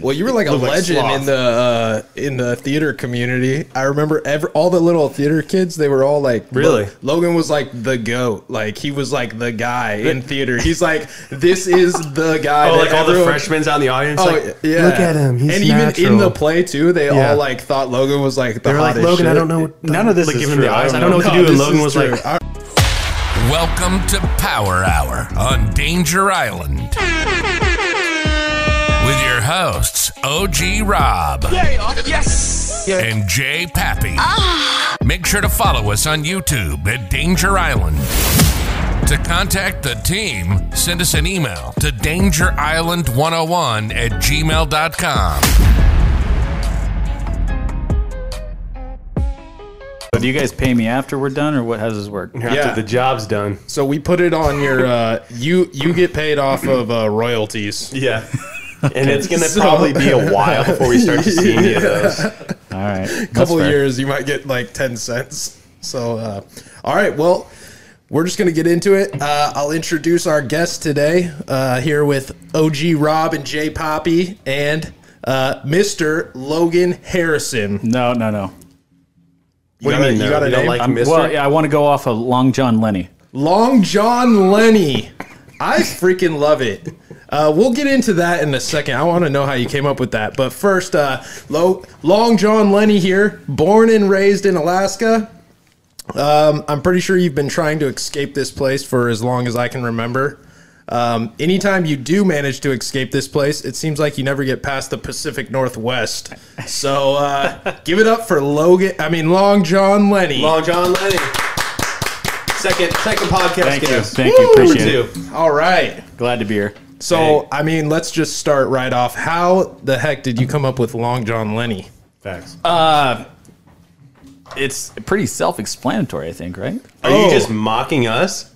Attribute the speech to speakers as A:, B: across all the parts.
A: Well, you were like a
B: Look like
A: legend
B: sloth.
A: in the uh, in the theater community. I remember ever all the little theater kids. They were all like,
B: Really?
A: Logan was like the goat. Like he was like the guy in theater. He's like, this is the guy.
B: Oh,
A: that
B: like all the
A: everyone-
B: freshmen's out in the audience.
A: Oh
B: like,
A: yeah,
C: "Look at him, he's
A: and even in
C: natural."
A: the play too, they
C: Yeah.
A: all like thought Logan was like the
C: They're like,
A: hottest
C: Logan, I
A: shit."
C: don't know what
B: none of this
C: Like,
B: is
C: give him
B: true.
C: the
B: I
C: eyes.
B: don't know what
A: No,
B: to do. And
A: this
B: Logan
A: is
B: was like,
A: true. I-
D: Welcome to Power Hour on Danger Island. With your hosts, OG Rob. Yes. And Jay Pappy. Make sure to follow us on YouTube at Danger Island. To contact the team, send us an email to dangerisland101 at gmail.com.
E: Do you guys pay me after we're done, or what? How does this work?
A: Yeah.
B: after the job's done.
A: So we put it on your. Uh, you you get paid off of uh, royalties.
B: Yeah. And it's gonna probably be a while before we start to see any of those.
E: All right, a
A: couple years, you might get like 10 cents. So, uh, all right. Well, we're just going to get into it. Uh, I'll introduce our guest today uh, here with OG Rob and Jay Poppy and uh, Mr. Logan Harrison.
E: No, no, no.
A: You
B: What
A: got
B: do you
A: a-
B: mean,
A: you
B: no?
A: got a
B: You don't
A: name?
B: like
E: I'm-
B: Mister?
E: well, yeah, I want to go off of Long John Lenny.
A: Long John Lenny. I freaking love it. Uh, we'll get into that in a second. I want to know how you came up with that. But first, uh, Lo- Long John Lenny here, born and raised in Alaska. Um, I'm pretty sure you've been trying to escape this place for as long as I can remember. Um, anytime you do manage to escape this place, it seems like you never get past the Pacific Northwest. So uh, give it up for Logan. I mean, Long John Lenny.
B: Long John Lenny. Second second podcast
E: Thank you,
B: guest.
E: thank you,
B: Number
E: appreciate
B: two.
E: it.
A: All right.
E: Glad to be here.
A: So I mean, let's just start right off. How the heck did you come up with Long John Lenny?
B: Facts.
E: It's pretty self-explanatory, I think, right?
B: Are
A: oh.
B: you just mocking us?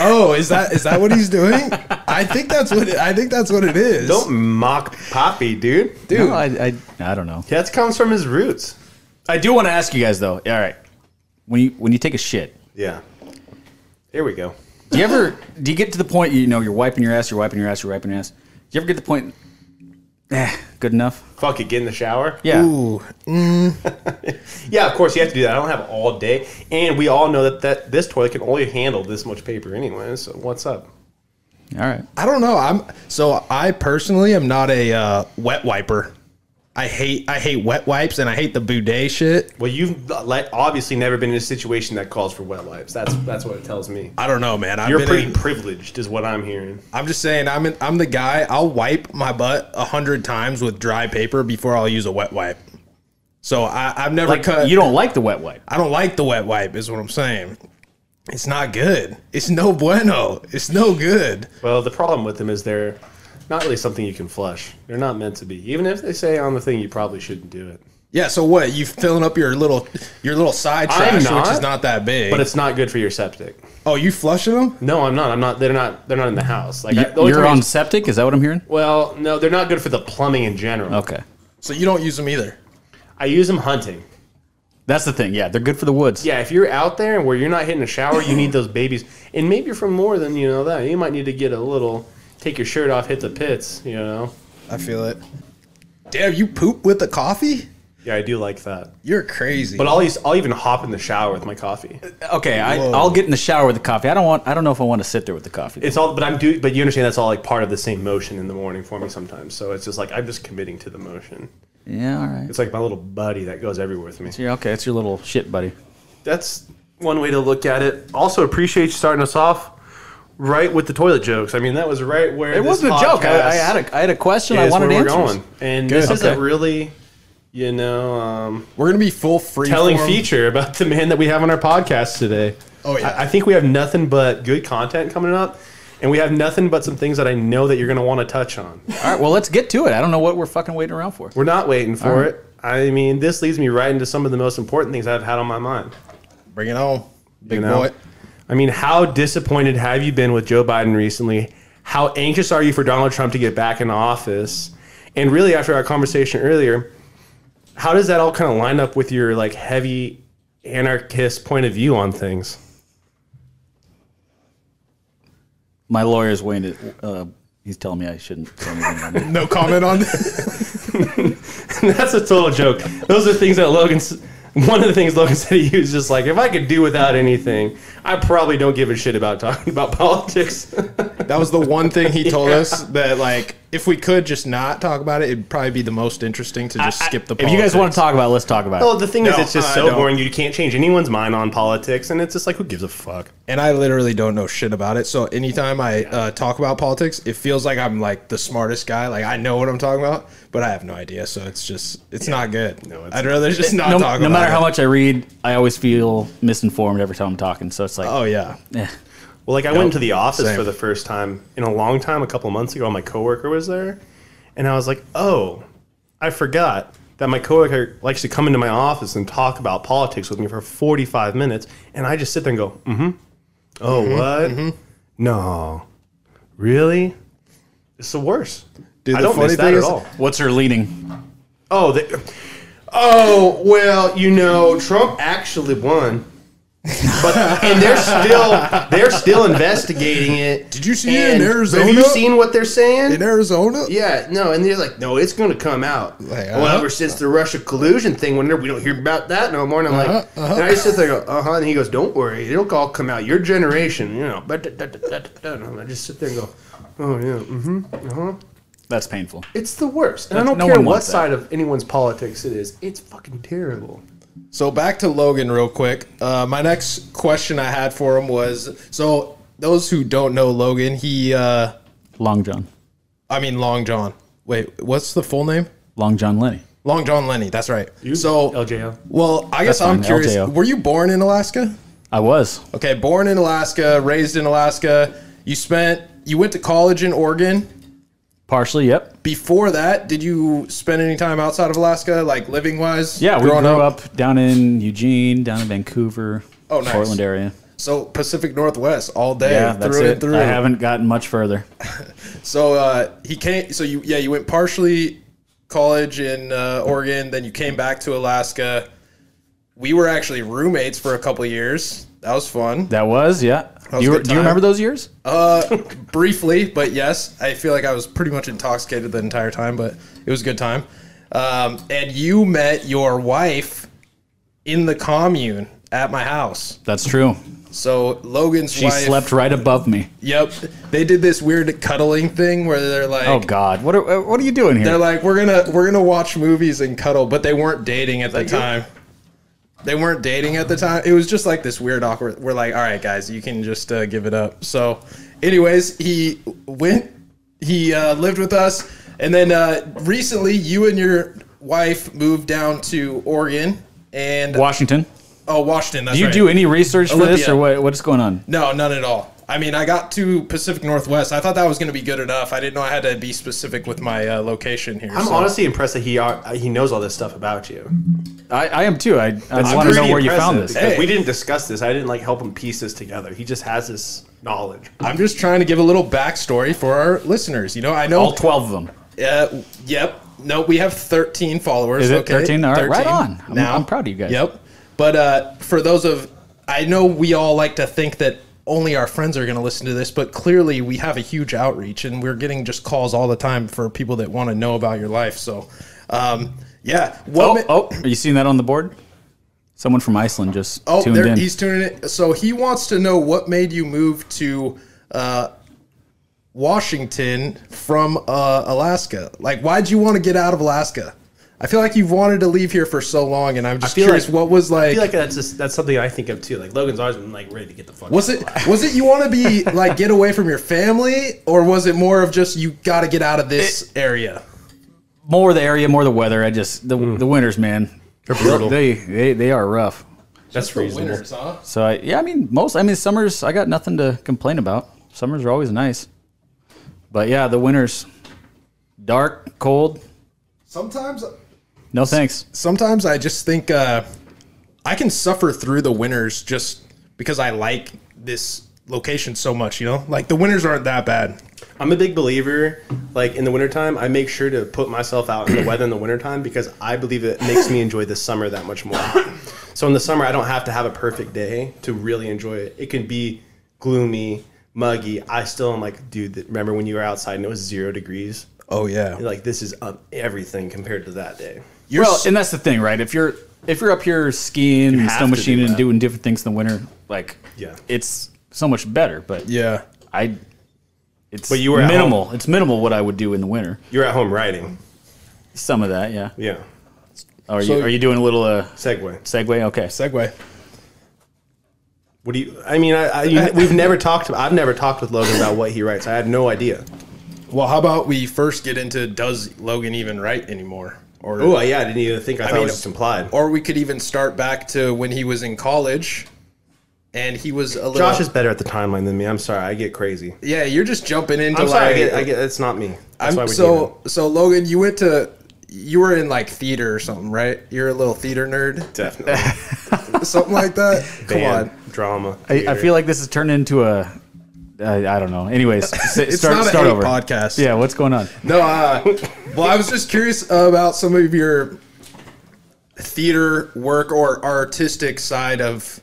A: Oh, is that is that what he's doing? I think that's what it, I think that's what it is.
B: Don't mock Poppy, dude.
E: Dude, I, I, I don't know.
B: That comes from his roots.
E: I do want to ask you guys though. All right, when you when you take a shit,
B: Yeah. Here we go.
E: do you ever do you get to the point you know you're wiping your ass, you're wiping your ass, you're wiping your ass? Do you ever get to the point? Eh, good enough.
B: Fuck it, get in the shower.
E: Yeah.
A: Ooh,
B: Yeah, of course you have to do that. I don't have all day, and we all know that, that this toilet can only handle this much paper, anyway. So what's up?
E: All right.
A: I don't know. I'm so I personally am not a uh, wet wiper. I hate I hate wet wipes and I hate the boudet shit.
B: Well, you've like obviously never been in a situation that calls for wet wipes. That's that's what it tells me.
A: I don't know, man. I've
B: You're
A: been
B: pretty
A: in-
B: privileged, is what I'm hearing.
A: I'm just saying. I'm in, I'm the guy. I'll wipe my butt a hundred times with dry paper before I'll use a wet wipe. So I, I've never
E: Like
A: cut.
E: you don't like the wet wipe.
A: I don't like the wet wipe, is what I'm saying. It's not good. It's no bueno. It's no good.
B: Well, the problem with them is they're not really something you can flush. They're not meant to be. Even if they say on the thing, you probably shouldn't do it.
A: Yeah. So what? You filling up your little your little side
B: I'm
A: trash, which is
B: not,
A: not that big.
B: But it's not good for your septic.
A: oh, you flushing them?
B: No, I'm not. I'm not. They're not. They're not in the house. Like I, the only
E: You're
B: time I
E: on
B: use-
E: septic. Is that what I'm hearing?
B: Well, no, they're not good for the plumbing in general.
E: Okay.
A: So you don't use them either.
B: I use them hunting.
E: That's the thing. Yeah, they're good for the woods.
B: Yeah, if you're out there where you're not hitting a shower, you need those babies. And maybe from more than you know that, you might need to get a little. Take your shirt off, hit the pits. You know.
A: I feel it. Damn, you poop with the coffee?
B: Yeah, I do like that.
A: You're crazy.
B: But I'll use, I'll even hop in the shower with my coffee.
E: Okay, I,
A: Whoa.
E: I'll get in the shower with the coffee. I don't want. I don't know if I want to sit there with the coffee.
B: It's all, but I'm do. But you understand that's all like part of the same motion in the morning for me sometimes. So it's just like I'm just committing to the motion.
E: yeah. All right.
B: It's like my little buddy that goes everywhere with me.
E: Yeah, okay, it's your little shit, buddy.
B: That's one way to look at it. Also appreciate you starting us off right with the toilet jokes. I mean, that was right where
E: It
B: this
E: wasn't a joke. I, I
B: podcast-
E: had a, I had a question. I
B: is
E: wanted
B: where
E: answers.
B: we're going. And this
E: Good.
B: isn't
E: Okay.
B: really, you know, um,
A: We're gonna be full free
B: telling
A: form.
B: feature about the man that we have on our podcast today.
A: Oh, yeah.
B: I, I think we have nothing but good content coming up, and we have nothing but some things that I know that you're going to want to touch on.
E: All right, well, let's get to it. I don't know what we're fucking waiting around for.
B: We're not waiting for it. I mean, this leads me right into some of the most important things I've had on my mind.
A: Bring it on, big
B: know?
A: boy.
B: I mean, how disappointed have you been with Joe Biden recently? How anxious are you for Donald Trump to get back in office? And really, after our conversation earlier, how does that all kind of line up with your like heavy anarchist point of view on things?
E: My lawyer's waiting to, uh, He's telling me I shouldn't. Tell anything about it.
A: No comment on that.
B: That's a total joke. Those are things that Logan. s- One of the things Logan said he was just like, if I could do without anything, I probably don't give a shit about talking about politics.
A: That was the one thing he told us that like if we could just not talk about it, it'd probably be the most interesting to just skip the.
E: if you guys want to talk about, it, let's talk about
B: well,
E: it.
B: the thing is,
A: No,
B: it's just
A: I
B: so
A: don't.
B: boring. You can't change anyone's mind on politics, and it's just like, who gives a fuck?
A: and I literally don't know shit about it. So anytime I uh, talk about politics, it feels like I'm like the smartest guy. Like I know what I'm talking about, but I have no idea. So it's just it's not good.
B: No,
A: No,
B: it's-
A: I'd rather just not
E: No,
A: talk.
E: no
A: about
E: matter how
A: it.
E: much I read, I always feel misinformed every time I'm talking. So it's like,
A: Oh yeah,
E: eh.
B: Well, like I went into the office
A: Same.
B: for the first time in a long time, a couple months ago. My coworker was there, and I was like, "Oh, I forgot that my coworker likes to come into my office and talk about politics with me for forty-five minutes." And I just sit there and go, "Mm-hmm. Oh, what?
A: Mm-hmm.
B: No, really? It's the worst.
A: Dude,
B: I
A: the
B: don't
A: funny
B: miss that
A: thing
B: at
A: is-
B: all.
E: what's her leaning?
B: Oh, they, oh well, you know, Trump actually won." but and they're still they're still investigating it.
A: Did you see it in
B: And
A: Arizona?
B: Have you seen what they're saying?
A: in Arizona.
B: yeah, no, and they're like, no, it's going to come out.
A: Like,
B: Well,
A: uh-huh.
B: ever since the Russia collusion thing, whenever we don't hear about that no more, and I'm like,
A: Uh-huh,
B: and I just sit there, uh huh, and he goes, don't worry, it'll all come out. Your generation, you know, but da- da- da- da- da- da. and I just sit there and go, oh yeah, hmm
E: That's painful.
B: it's the worst. And I don't
E: no
B: care
E: one
B: what
E: wants that.
B: side of anyone's politics it is, it's fucking terrible.
A: So back to Logan real quick. Uh, my next question I had for him was so those who don't know Logan, he uh,
E: Long John.
A: I mean Long John. Wait, what's the full name?
E: Long John Lenny.
A: Long John Lenny. That's right. so
B: LJO.
A: Well, I guess
E: That's
A: I'm
E: fine,
A: curious.
E: LJO.
A: Were you born in Alaska?
E: I was.
A: Okay, born in Alaska, raised in Alaska. You spent you went to college in Oregon.
E: Partially, yep.
A: Before that, did you spend any time outside of Alaska, like living wise?
E: Yeah, we grew up. down in Eugene, down in Vancouver,
A: Oh, nice.
E: Portland area.
A: So Pacific Northwest all day,
E: Yeah,
A: through
E: that's
A: and
E: it.
A: through.
E: I haven't gotten much further.
A: So uh, he came. So you yeah you went partially college in uh, Oregon, then you came back to Alaska. We were actually roommates for a couple years. That was fun.
E: That was, yeah.
A: was
E: you
A: a
E: were-
A: good
E: do
A: time.
E: you
A: Uh,
E: remember those years?
A: briefly, but yes, I feel like I was pretty much intoxicated the entire time, but it was a good time. Um, and you met your wife in the commune at my house.
E: That's true.
A: So Logan's
E: She
A: wife
E: slept right above me.
A: Yep, they did this weird cuddling thing where they're like,
E: Oh God, what are what are you doing here?
A: they're like, we're gonna we're gonna watch movies and cuddle, but they weren't dating at the time. They weren't dating at the time. It was just like this weird awkward. We're like, all right, guys, you can just uh, give it up. So, anyways, he went. He uh, lived with us, and then uh, recently, you and your wife moved down to Oregon and
E: Washington.
A: oh, Washington. That's
E: Do you
A: right.
E: do any research for this,
A: Olympia.
E: or what? What's going on?
A: No, none at all. I mean, I got to Pacific Northwest. I thought that was going to be good enough. I didn't know I had to be specific with my uh, location here.
B: I'm
A: so-
B: honestly impressed that he are, uh, he knows all this stuff about you.
E: I, I am too. I, I
B: It's
E: want to know
B: pretty
E: where you found
B: impressive
E: this.
B: because
A: Hey.
B: We didn't discuss this. I didn't like help him piece this together. He just has this knowledge.
A: I'm just trying to give a little backstory for our listeners. You know, I know.
E: All twelve of them.
A: uh, yep. No, we have 13 followers.
E: Is it
A: okay?
E: 13? All right, right on. I'm-
A: now,
E: I'm proud of you guys.
A: Yep. But uh, for those of, I know we all like to think that only our friends are going to listen to this, but clearly we have a huge outreach and we're getting just calls all the time for people that want to know about your life. So, um, yeah. Well,
E: Oh, oh, are you seeing that on the board? Someone from Iceland just
A: Oh,
E: tuned
A: there,
E: in.
A: he's tuning in. So he wants to know what made you move to uh, Washington from uh, Alaska. Like, why'd you want to get out of Alaska? I feel like you've wanted to leave here for so long, and I'm just
B: feel
A: curious,
B: like-
A: what was
B: I
A: like?
B: feel like that's just, that's something I think of too. Like Logan's always been like ready to get the fuck.
A: was
B: out.
A: it was it you want to be like get away from your family, or was it more of just you got to get out of this area?
E: more the area, more the weather. I just the,
A: Hmm.
E: the winters, man. They're
B: brutal.
E: They they, they are rough.
B: That's reasonable.
A: huh?
E: So I, yeah, I mean most. I mean summers. I got nothing to complain about. Summers are always nice, but yeah, the winters, dark, cold.
A: Sometimes
E: No thanks.
A: sometimes I just think uh, I can suffer through the winters just because I like this location so much. You know, like the winters aren't that bad.
B: I'm a big believer. Like in the wintertime, I make sure to put myself out in the weather in the wintertime because I believe it makes me enjoy the summer that much more. So in the summer, I don't have to have a perfect day to really enjoy it. It can be gloomy, muggy. I still am like, dude, th- remember when you were outside and it was zero degrees?
A: Oh yeah.
B: Like this is um, everything compared to that day.
A: You're
E: well,
A: s-
E: and that's the thing, right? If you're if you're up here skiing, and
B: have
E: snow
B: to do
E: machining, and
B: that.
E: doing different things in the winter, like
B: Yeah.
E: it's so much better. But
A: yeah.
E: I, it's
B: But you were at
E: minimal. It's minimal what I would do in the winter.
B: You're at home riding.
E: Some of that, yeah.
B: Yeah.
E: Are
A: So-
E: you are you doing a little uh,
B: Segway.
E: segue? Okay,
A: Segway.
B: What do you? I mean, I, I you, we've never talked. I've never talked with Logan about what he writes. I had no idea.
A: Well, how about we first get into does Logan even write anymore? Or
B: Oh yeah, I didn't even think. I, thought
A: mean,
B: it was just implied.
A: or we could even start back to when he was in college and he was a little
B: Josh is better at the timeline than me. I'm sorry. I get crazy.
A: Yeah, you're just jumping into
B: I'm
A: like
B: sorry. I get. I get. It's not me.
A: I'm-
B: That's why we
A: so so Logan, you went to you were in like theater or something, right? You're a little theater nerd,
B: definitely
A: something like that. Come
B: band,
A: on.
B: drama.
E: I, I
B: theater.
E: feel like this has turned into a. I, I don't know. Anyways, s-
A: It's
E: start,
A: not a
E: start
A: hate
E: over.
A: podcast.
E: Yeah, what's going on?
A: No, uh, well, I was just curious about some of your theater work or artistic side of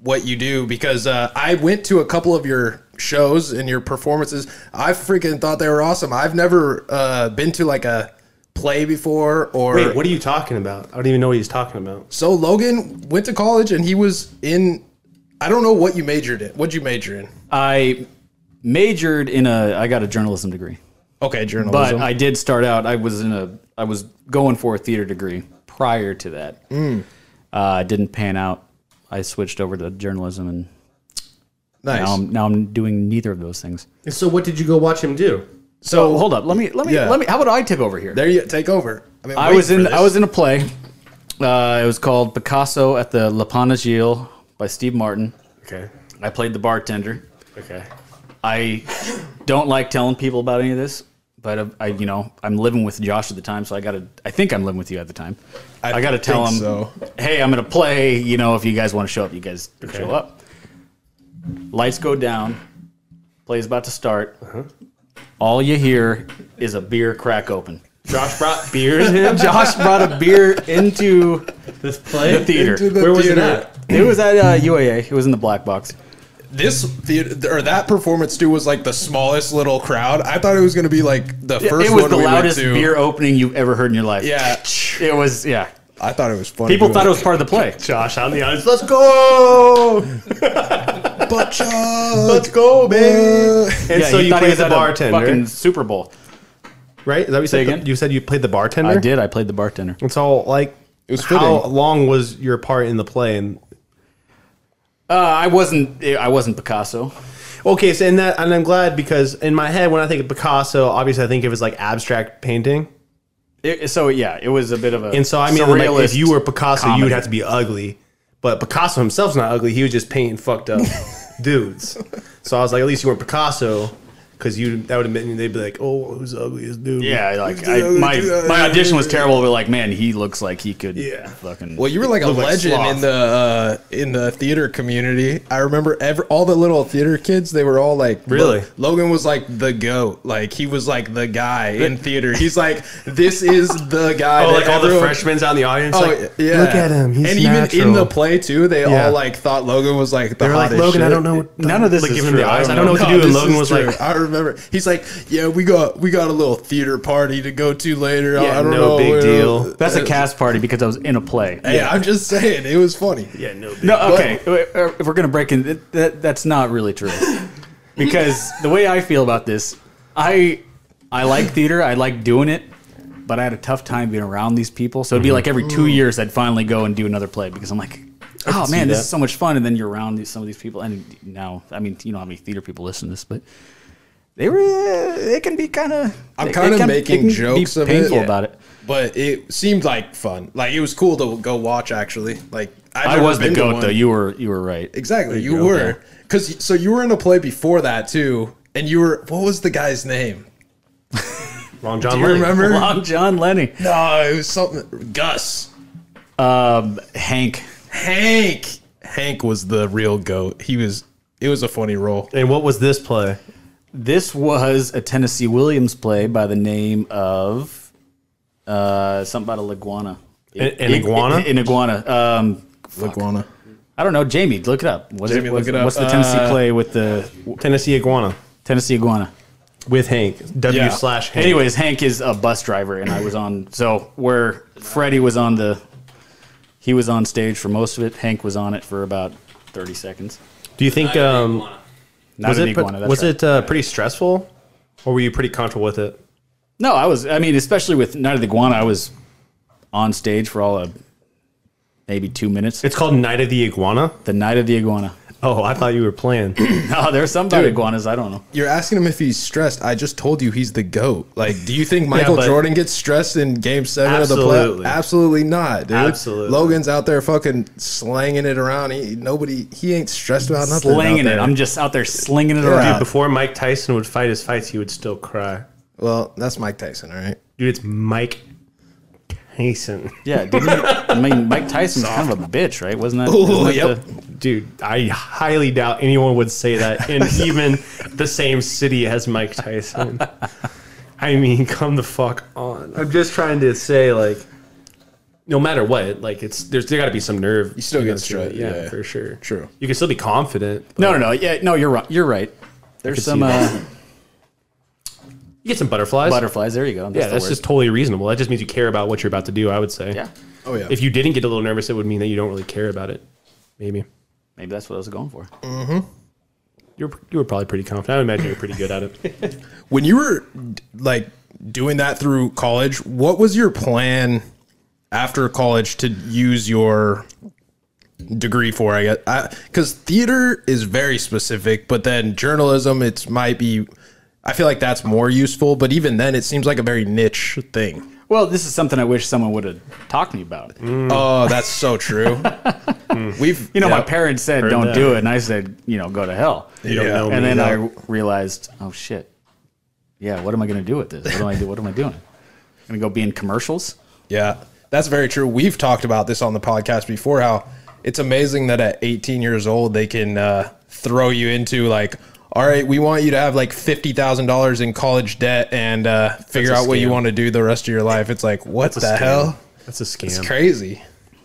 A: what you do because uh, I went to a couple of your shows and your performances. I freaking thought they were awesome. I've never uh, been to like a play before or
B: Wait, what are you talking about? I don't even know what he's talking about.
A: So Logan went to college and he was in. I don't know what you majored in. What'd you major in?
E: I majored in a. I got a journalism degree.
A: Okay,
E: but
A: journalism.
E: I did start out. I was in a. I was going for a theater degree prior to that.
A: Hmm.
E: Uh, didn't pan out. I switched over to journalism, and
A: nice.
E: now I'm now I'm doing neither of those things.
B: So what did you go watch him do?
E: So hold up. Let me let me
A: Yeah.
E: let me. How about I take over here?
A: there you take over. I, mean,
E: I
A: wait
E: was
A: for
E: in
A: this.
E: I was in a play. Uh, it was called Picasso at the La Panagile by Steve Martin.
B: Okay.
E: I played the bartender.
B: Okay.
E: I don't like telling people about any of this, but I, I you know, I'm living with Josh at the time, so I gotta. I think I'm living with you at the time. I, gotta tell him,
A: think so.
E: hey, I'm gonna play. You know, if you guys want to show up, you guys can show up. Lights go down. Play's about to start.
A: Uh-huh.
E: All you hear is a beer crack open.
B: Josh brought beers in
E: Josh brought a beer into
B: this play.
E: the theater.
A: Into the
B: Where was it
A: theater.
B: at?
E: it was at uh, UAA. It was in the black box.
A: This theater or that performance too was like the smallest little crowd. I thought it was going to be like the first
E: it was
A: one
E: the
A: we
E: loudest
A: went to.
E: beer opening you've ever heard in your life.
A: Yeah.
E: It was, yeah.
A: I thought it was funny.
E: People thought it was part of the play.
B: Josh on the audience. Let's go.
A: butt
B: Let's go, baby. And
E: yeah,
B: so
E: he
B: you
E: thought he
B: played
E: was
B: the
E: at a
B: bartender,
E: Fucking Super Bowl.
B: right? Is that what you said?
E: again?
B: You said you played the bartender.
E: I did. I played the bartender.
B: It's all like. It
A: was
B: how
A: fitting.
B: long was your part in the play? And
E: Uh, I wasn't. I wasn't Picasso.
B: okay, so and that, and I'm glad because in my head when I think of Picasso, obviously I think of his like abstract painting.
E: It, so yeah, it was a bit of a.
B: And so I mean, like, if
E: surrealist
B: you were Picasso, you would
E: comedy.
B: have to be ugly. But Picasso himself's not ugly. He was just painting fucked up dudes. So I was like, at least you weren't Picasso, because you that would have been they'd be like, oh, who's the ugliest dude?
E: Yeah, like I, my my audition was terrible, but like, man, he looks like he could.
B: Yeah.
E: Fucking.
A: Well, you were like a
B: like
A: legend
B: sloth.
A: in the uh, in the theater community. I remember ever all the little theater kids. They were all like,
B: Really?
A: Lo- Logan was like the goat. Like he was like the guy in theater. He's like, this is the guy.
B: Oh,
A: that
B: like all the
A: everyone-
B: freshmen out in the audience.
A: Oh
B: like,
A: yeah,
B: Look at him. He's
A: and
B: natural.
A: even in the play too, they
B: Yeah.
A: all like thought Logan was like the
B: They're like
A: hottest.
B: Logan. I
A: shit."
B: don't know. What,
E: None of this
B: like,
E: is
B: give him
E: true.
B: the
E: I
B: eyes.
E: don't
B: I don't know
E: know.
B: what to
A: No,
B: do. And
A: this
B: Logan
A: is
B: was
A: true.
B: like,
A: I remember. He's like, yeah, we got we got a little theater party to go to later. I-
B: Yeah,
A: I don't
B: no
A: know,
B: big
A: you know."
B: deal.
E: that's a cast party because I was in a play.
A: Hey, I'm just saying, it was funny.
B: yeah, no. Big.
E: No, okay. uh, If we're gonna break in, that, that that's not really true, because the way I feel about this, I I like theater. I like doing it, but I had a tough time being around these people. So it'd
A: Mm-hmm.
E: be like every two
A: Mm.
E: years I'd finally go and do another play because I'm like, oh man, this
B: that.
E: is so much fun. And then you're around these, some of these people, and now I mean, you know how many theater people listen to this, but. They were. It can be kind of.
A: I'm kinda making jokes of it.
E: painful
A: Yeah.
E: about it.
A: but it seemed like fun. Like it was cool to go watch. Actually, like I've
E: I
A: never
E: was the
A: been to
E: goat
A: one.
E: though. You were. You were right.
A: exactly. You
E: go,
A: were
E: okay.
A: because so you were in a play before that too, and you were what was the guy's name?
B: Long John.
A: Do you
B: Lennon.
A: remember?
E: Long John Lenny.
A: No, it was something. Gus,
E: Um, Hank.
A: Hank. Hank was the real goat. He was. It was a funny role.
B: And what was this play?
E: This was a Tennessee Williams play by the name of uh, something about a leguana.
B: An- an iguana?
E: An iguana. Um,
A: Iguana.
E: I don't know, Jamie. Look it up. What's
A: Jamie, look
E: what's-
A: it up.
E: What's the Tennessee
A: Uh,
E: play with the
B: Tennessee Iguana
E: Tennessee iguana?
B: with Hank. W
A: Yeah.
B: slash Hank.
E: Anyways, Hank is a bus driver, and I was on. So where Freddie was on the, he was on stage for most of it. Hank was on it for about thirty seconds.
B: do you think um,
E: Not
B: was
E: an
B: it
E: iguana. that's
B: was
E: right.
B: it uh, pretty stressful, or were you pretty comfortable with it?
E: No, I was. I mean, especially with Night of the Iguana, I was on stage for all of maybe two minutes.
B: It's called Night of the Iguana.
E: the Night of the Iguana.
B: Oh, I thought you were playing.
E: No, there's some about iguanas. I don't know.
A: You're asking him if he's stressed. I just told you he's the goat. Like, do you think Michael
B: but-
A: Jordan gets stressed in Game Seven of the
B: Absolutely.
A: play? Absolutely not, dude.
B: Absolutely.
A: Logan's out there fucking slanging it around. He nobody. He ain't stressed about nothing. out
E: Slinging it.
A: there.
E: I'm just out there slinging it
A: Yeah.
E: around.
B: Dude, before Mike Tyson would fight his fights, he would still cry.
A: well, that's Mike Tyson, all right.
B: Dude, it's Mike Tyson.
E: Yeah, didn't he- I mean Mike Tyson's kind of a bitch, right? Wasn't that?
A: Ooh,
E: isn't that
A: yep.
E: the-
B: Dude, I highly doubt anyone would say that in even the same city as Mike Tyson. I mean, come the fuck on. I'm just trying to say, like, no matter what, like, it's there's there got to be some nerve. You
A: still
B: know,
A: get
B: to it.
A: straight,
B: yeah,
A: yeah.
B: for sure.
A: True.
B: You can still be confident.
E: no, no, no. Yeah, no. You're right. You're right. There's
B: could
E: some
B: see that.
E: uh,
B: You get some butterflies.
E: butterflies. There you go.
B: yeah,
E: the
B: that's
E: word.
B: just totally reasonable. That just means you care about what you're about to do. I would say.
E: yeah.
A: Oh yeah.
B: If you didn't get a little nervous, it would mean that you don't really care about it. Maybe.
E: Maybe that's what I was going for.
B: You're, you were probably pretty confident. I would imagine you're pretty good at it.
A: when you were like doing that through college, what was your plan after college to use your degree for? I guess because theater is very specific, but then journalism, it's might be. I feel like that's more useful, but even then, it seems like a very niche thing.
E: Well, this is something I wish someone would have talked to me about.
B: Mm,
A: Oh, that's so true. We've
E: Hmm. You know, my
A: Yep.
E: parents said
B: Heard
E: don't
B: that.
E: do it, and I said, you know, go to hell.
B: You don't
A: Yeah.
B: know me.
E: and then
B: no.
E: I realized, oh shit, yeah, what am I going to do with this? What do I do? What am I doing? Going to go be in commercials?
A: Yeah, that's very true. We've talked about this on the podcast before. How it's amazing that at 18 years old they can uh, throw you into like, all right, we want you to have like fifty thousand dollars in college debt and uh, figure
B: That's a
A: out what you
B: scam.
A: want to do the rest of your life. It's like, what the
B: That's a scam.
A: hell?
B: That's a scam.
A: It's crazy.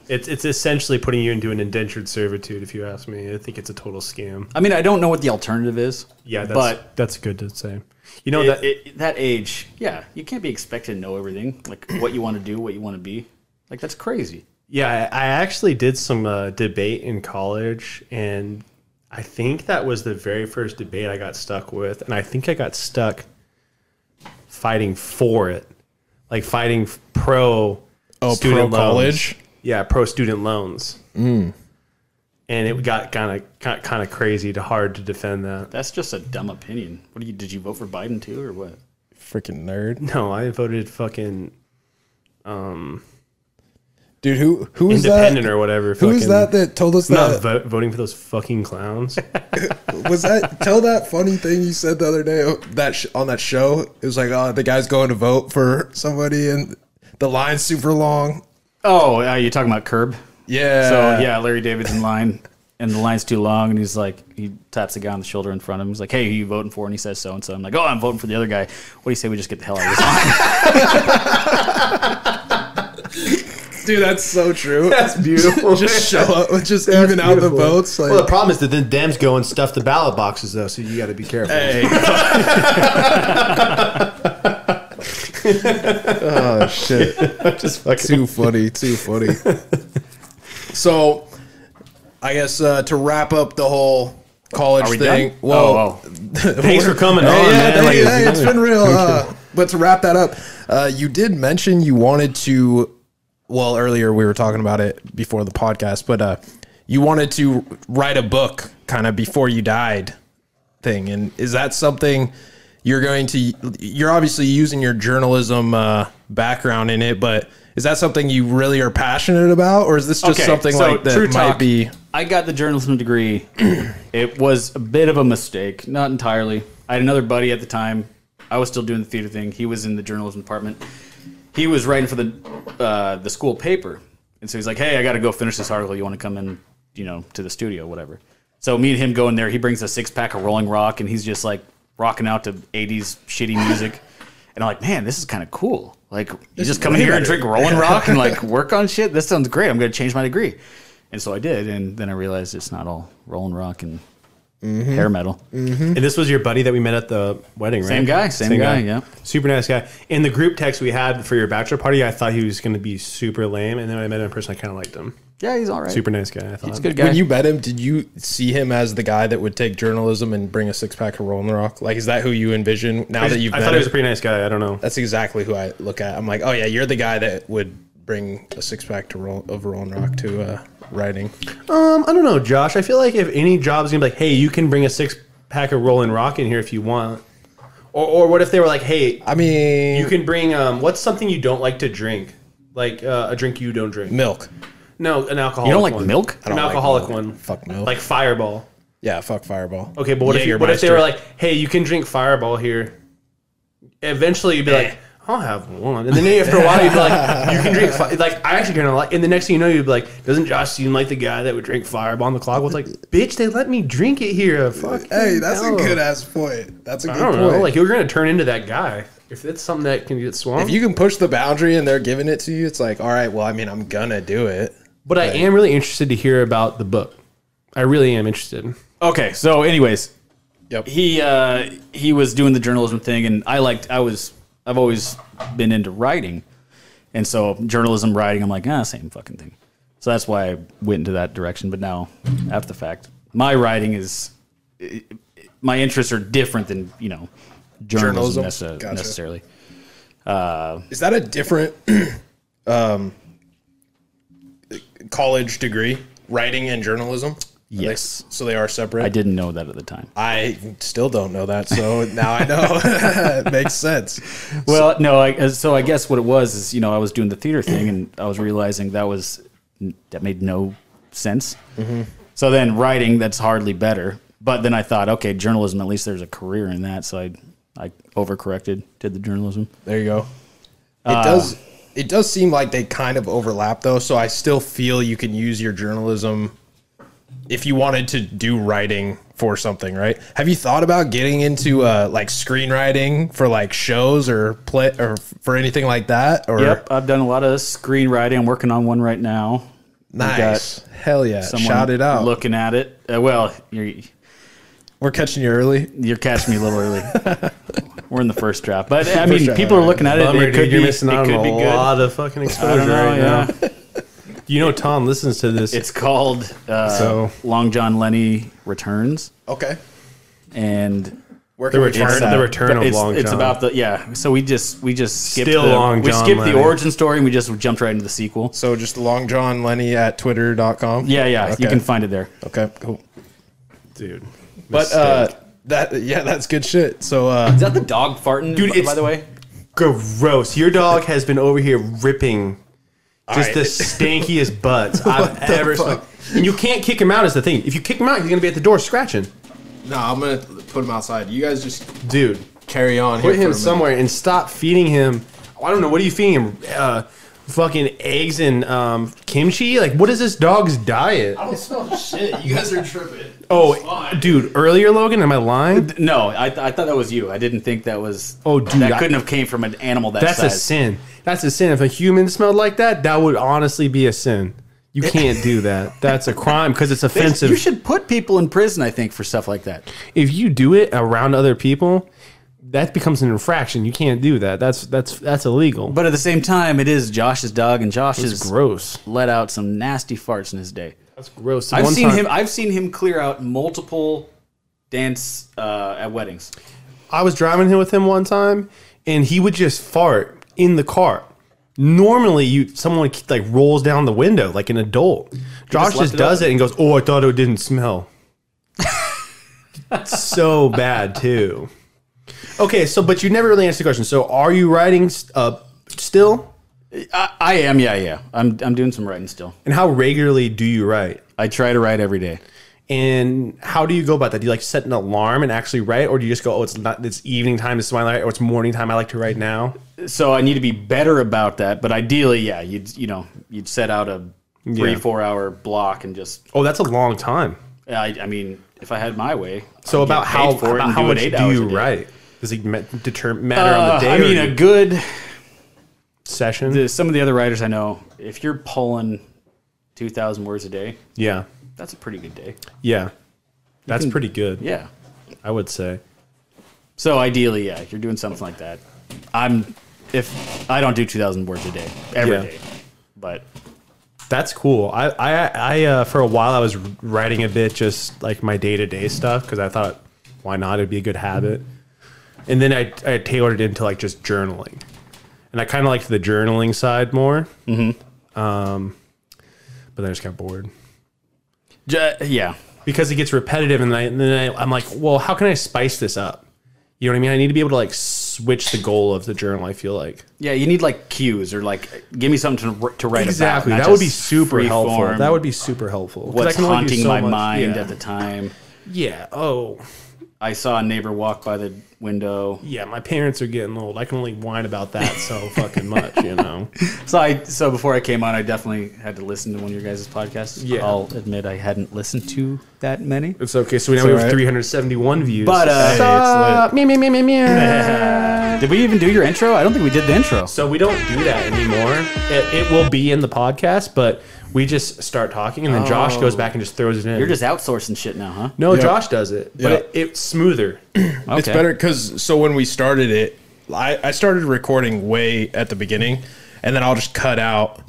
B: It's it's essentially putting you into an indentured servitude, if you ask me. I think it's a total scam.
E: I mean, I don't know what the alternative is.
B: Yeah, that's,
E: but
B: that's good to say. You know
E: that,
B: that
E: it, that age, yeah, you can't be expected to know everything, like what you want to do, what you want to be. Like that's crazy.
B: Yeah, I I actually did some uh, debate in college, and I think that was the very first debate I got stuck with, and I think I got stuck fighting for it, like fighting f- pro
A: Oh, pro college?
B: Yeah, pro student loans. Mm. And it got kind of kind of crazy to hard to defend that.
E: That's just a dumb opinion. What do you? Did you vote for Biden too, or what?
A: Freaking nerd,
B: No, I voted fucking
A: dude. Who who is
B: independent
A: that?
B: or whatever.
A: Who is that
B: fucking-
A: that told us
B: I'm not
A: that?
B: vo- voting for those fucking clowns.
A: was that tell that funny thing you said the other day that sh- on that show? It was like, oh, the guy's going to vote for somebody, and the line's super long.
E: Oh, uh, you're talking about Curb.
A: Yeah.
E: So yeah, Larry David's in line, and the line's too long, and he's like, he taps the guy on the shoulder in front of him. He's like, "Hey, who you voting for?" And he says so and so. I'm like, "Oh, I'm voting for the other guy." What do you say we just get the hell out of this line?
A: Dude, that's so true.
B: That's beautiful.
A: just show up, just even out the votes. Like,
C: well, the problem is that then Dems go and stuff the ballot boxes though, so you got to be careful.
A: hey. oh shit!
B: just fucking
A: Too funny. Too funny. so, I guess uh, to wrap up the whole college
E: Are we
A: thing.
E: done?
A: Well,
E: Oh, oh.
B: Thanks for coming on,
A: Hey, yeah,
B: man.
A: thank
B: Like,
A: you. Hey, it's been real. Uh, but to wrap that up, uh, you did mention you wanted to. Well, earlier we were talking about it before the podcast, but uh, you wanted to write a book, kind of before you died, thing. And is that something you're going to? You're obviously using your journalism uh, background in it, but is that something you really are passionate about, or is this just
E: Okay,
A: something
E: so
A: like that
E: true
A: might
E: talk.
A: be?
E: I got the journalism degree. it was a bit of a mistake, not entirely. I had another buddy at the time. I was still doing the theater thing. He was in the journalism department. He was writing for the uh, the school paper, and so he's like, "Hey, I got to go finish this article. You want to come in, you know, to the studio, whatever." So me and him go in there. He brings a six pack of Rolling Rock, and he's just like rocking out to '80s shitty music. And I'm like, man, this is kind of cool. Like, you just come in here and drink Rolling Rock and like work on shit. This sounds great. I'm going to change my degree. And so I did, and then I realized it's not all rolling rock and
A: Mm-hmm.
E: hair metal.
B: And this was your buddy that we met at the wedding, right?
E: Same guy, same guy, yeah.
B: Super nice guy. In the group text we had for your bachelor party, I thought he was going to be super lame, and then when I met him in person, I kind of liked him.
E: Yeah, he's all right.
B: Super nice guy. I thought.
E: He's a good guy.
A: When you met him, did you see him as the guy that would take journalism and bring a six pack of Rolling Rock? Like, is that who you envision now
B: I,
A: that you've
B: I
A: met
B: thought
A: him?
B: he was a pretty nice guy. I don't know.
A: That's exactly who I look at. I'm like, oh yeah, you're the guy that would bring a six pack to roll of Rolling Rock to uh, writing.
B: Um, I don't know, Josh. I feel like if any job's gonna be like, hey, you can bring a six pack of Rolling Rock in here if you want, or or what if they were like, hey,
A: I mean,
B: you can bring um, what's something you don't like to drink, like uh, a drink you don't drink.
A: milk.
B: No, an alcoholic.
E: You don't like
B: one.
E: milk? I
B: An
A: don't like
B: alcoholic
A: milk.
B: one.
A: Fuck milk.
B: Like Fireball.
A: Yeah, fuck Fireball.
B: Okay, but what if, you, what if they
A: Jägermeister.
B: were like, hey, you can drink Fireball here? Eventually, you'd be like,
E: Eh.
B: I'll have one, and then after a while, you'd be like, you can drink. Fi-. Like I actually kind of like. And the next thing you know, you'd be like, doesn't Josh seem like the guy that would drink Fireball on the clock? Was like, bitch, they let me drink it here. Fuck.
A: Hey, that's
B: no.
A: a good ass point. That's a good
B: I don't
A: point.
B: know. Like you're gonna turn into that guy if it's something that can get swamped.
A: if you can push the boundary and they're giving it to you, it's like, all right, well, I mean, I'm gonna do it.
B: but I am really interested to hear about the book. I really am interested.
E: okay, so anyways,
A: Yep.
E: he uh, he was doing the journalism thing, and I liked. I was I've always been into writing, and so journalism writing. I'm like ah, same fucking thing. So that's why I went into that direction. But now, after the fact, my writing is my interests are different than you know journalism,
A: Journalism?
E: nece-
A: Gotcha.
E: necessarily.
A: Is that a different um, college degree, writing and journalism?
E: Yes.
A: So they are separate.
E: I didn't know that at the time.
A: I still don't know that, so now I know. Makes sense.
E: Well, no, I, so I guess what it was is you know I was doing the theater thing and I was realizing that was that made no sense.
A: Mm-hmm.
E: So then writing that's hardly better. But then I thought, okay, journalism at least there's a career in that. So I I overcorrected, did the journalism.
A: There you go. It
E: Uh,
A: does. It does seem like they kind of overlap, though. So I still feel you can use your journalism if you wanted to do writing for something, right? Have you thought about getting into uh, like screenwriting for like shows or play or for anything like that? Or
E: Yep, I've done a lot of screenwriting. I'm working on one right now.
A: nice, hell yeah,
E: Someone
A: shout it out. Look,
E: Looking at it. Uh, well, you're
A: we're catching you early.
E: you're catching me a little early. We're in the first draft, but I mean,
A: draft.
E: people are looking at it.
B: Bummer,
E: and it
B: dude,
E: could
B: you're
E: be,
B: missing
E: it
B: out
E: could
B: on
E: be
B: a
E: good.
B: lot of fucking
E: I
B: exposure
E: don't know.
B: right
E: yeah.
B: now. You know, Tom listens to this.
E: It's called uh,
B: So-
E: Long John Lenny Returns,
A: Okay.
E: and
A: Where
B: The
A: can we
B: return-
A: find
B: the
A: that?
B: return- of
E: it's,
B: Long
E: it's
B: John.
E: about the yeah. So we just we just skipped
B: Still
E: the,
B: Long
E: we
B: John
E: skipped
B: Lenny.
E: the origin story and we just jumped right into the sequel.
A: So just Long John Lenny at twitter.com.
E: Yeah, yeah,
A: Okay.
E: you can find it there.
A: Okay, cool.
B: dude.
A: But uh, that yeah, that's good shit. So uh,
E: Is that the dog farting?
B: Dude,
E: Dude,
B: by- it's- by
E: by
B: the
E: the way,
B: gross. Your dog has been over here ripping just the stankiest butts I've ever seen. And you can't kick him out is the thing. If you kick him out, he's gonna be at the door scratching.
A: no, I'm gonna put him outside. You guys just
B: Dude,
A: carry on.
B: put him somewhere and stop feeding him. I don't know. What are you feeding him? Uh, fucking eggs and um, kimchi? Like, what is this dog's diet?
A: I don't smell shit. You guys are tripping.
B: Oh, dude. Earlier, Logan, am I lying?
E: no, I, th- I thought that was you. I didn't think that was.
B: Oh, dude,
E: that
B: I-
E: couldn't have came from an animal that
B: That's
E: size.
B: a sin. That's a sin. If a human smelled like that, that would honestly be a sin. You can't do that. That's a crime because it's offensive.
E: You should put people in prison, I think, for stuff like that.
B: if you do it around other people, that becomes an infraction. You can't do that. That's that's that's illegal. But
E: But at the same time, it is Josh's dog, and Josh
B: it's
E: has
B: gross.
E: let out some nasty farts in his day.
B: That's gross.
E: I've
B: One
E: seen
B: time-
E: him. I've seen him clear out multiple dance uh, at weddings.
B: I was driving him with him one time, and he would just fart in the car. Normally, you someone like rolls down the window like an adult. Josh
E: just
B: just,
E: left it
B: does
E: open.
B: it and goes, "Oh, I thought it didn't smell." so bad too. Okay, so but you never really answered the question. So are you writing uh, still?
E: I, I am. Yeah, yeah. I'm. I'm doing some writing still.
B: And how regularly do you write?
E: I try to write every day.
B: And how do you go about that? Do you like set an alarm and actually write, or do you just go, "Oh, it's not. It's evening time. This is my life, or it's morning time. I like to write now."
E: So I need to be better about that. But ideally, yeah, you'd you know you'd set out a three
B: Yeah.
E: four hour block and just.
B: Oh, that's a long time.
E: I, I mean, if I had my way.
B: So
E: I'd
B: about
E: get
B: how
E: paid for it
B: about
E: and
B: how
E: do it
B: much
E: eight
B: do
E: hours
B: you
E: a day.
B: write? Does it ma- deter- matter
E: Uh,
B: on the day?
E: I
B: or
E: mean, a
B: your
E: good. uh,
B: session.
E: Some of the other writers I know, if you're pulling two thousand words a day,
B: Yeah.
E: that's a pretty good day.
B: Yeah. That's pretty good.
E: Yeah.
B: I would say.
E: So ideally, yeah, if you're doing something like that, I'm if I don't do two thousand words a day every
B: Yeah.
E: day, but
B: That's cool. I I, I uh, for a while I was writing a bit just like my day to day stuff because I thought why not? It'd be a good habit. And then I I tailored it into like just journaling, and I kind of liked the journaling side more. Mm-hmm. Um, but then I just got bored
E: j- yeah,
B: because it gets repetitive, and, I, and then I, I'm like, well, how can I spice this up? You know what I mean? I need to be able to like switch the goal of the journal. I feel like
E: yeah, you need like cues or like give me something to, wr- to write about. not
B: that would be
E: just
B: super
E: free
B: helpful.
E: form,
B: That would be super helpful. 'Cause I
E: what's
B: can only do
E: haunting
B: so
E: my
B: much.
E: mind
B: Yeah.
E: at the time.
B: yeah. Oh.
E: I saw a neighbor walk by the window.
B: yeah, my parents are getting old. I can only whine about that so fucking much, you know.
E: So I so before I came on, I definitely had to listen to one of your guys' podcasts.
B: Yeah.
E: I'll admit I hadn't listened to that many.
B: It's okay. So we now we have 371 views.
E: But uh,
B: me, me, me, me, me.
E: did we even do your intro? I don't think we did the intro.
B: so we don't do that anymore. It, it will be in the podcast, but we just start talking, and then Josh goes back and just throws it in.
E: You're just outsourcing shit now, huh?
B: no,
A: Yeah.
B: Josh does it, but
A: Yeah.
B: it, it's smoother.
E: Okay.
A: It's better because so when we started it, I, I started recording way at the beginning, and then I'll just cut out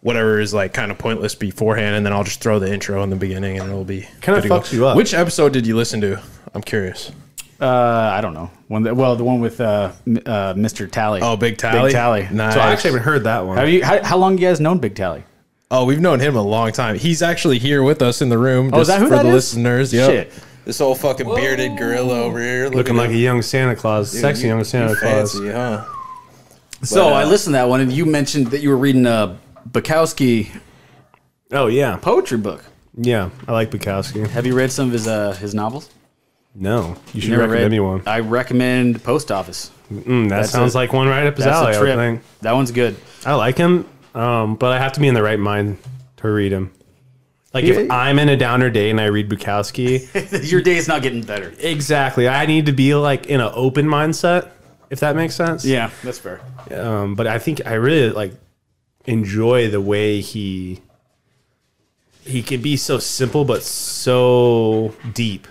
A: whatever is like kind of pointless beforehand, and then I'll just throw the intro in the beginning, and it'll be
B: Kinda
A: good to go.
B: fucks you up.
A: Which episode did you listen to? I'm curious.
E: Uh, I don't know. One that, well, the one with uh, m- uh, Mr. Tally.
A: Oh, Big Tally.
E: Big Tally.
A: Nice.
B: So I actually haven't heard that one.
E: Have you? How, how long you guys known Big Tally?
A: Oh, we've known him a long time. He's actually here with us in the room.
E: Oh, is that who
A: for
E: that
A: the
E: is?
A: listeners? Yep.
E: Shit.
A: This old fucking bearded gorilla over here,
B: Looking like a young Santa Claus, sexy young Santa Claus.
A: huh?
E: So I listened to that one, and you mentioned that you were reading a Bukowski
B: Oh yeah,
E: poetry book.
B: yeah. I like Bukowski.
E: Have you read some of his uh, his novels?
B: No, you should
E: Never
B: recommend
E: read.
B: me one.
E: I recommend Post Office.
B: Mm, that sounds
E: a-
B: like one right up his
E: That's
B: alley.
E: a
B: I would think.
E: trip. That one's good.
B: I like him, um, but I have to be in the right mind to read him. Like if
E: Yeah.
B: I'm in a downer day and I read Bukowski,
E: Your day's not getting better.
B: exactly. I need to be like in an open mindset, if that makes sense.
E: Yeah, that's fair.
B: Um, but I think I really like enjoy the way he he can be so simple but so deep.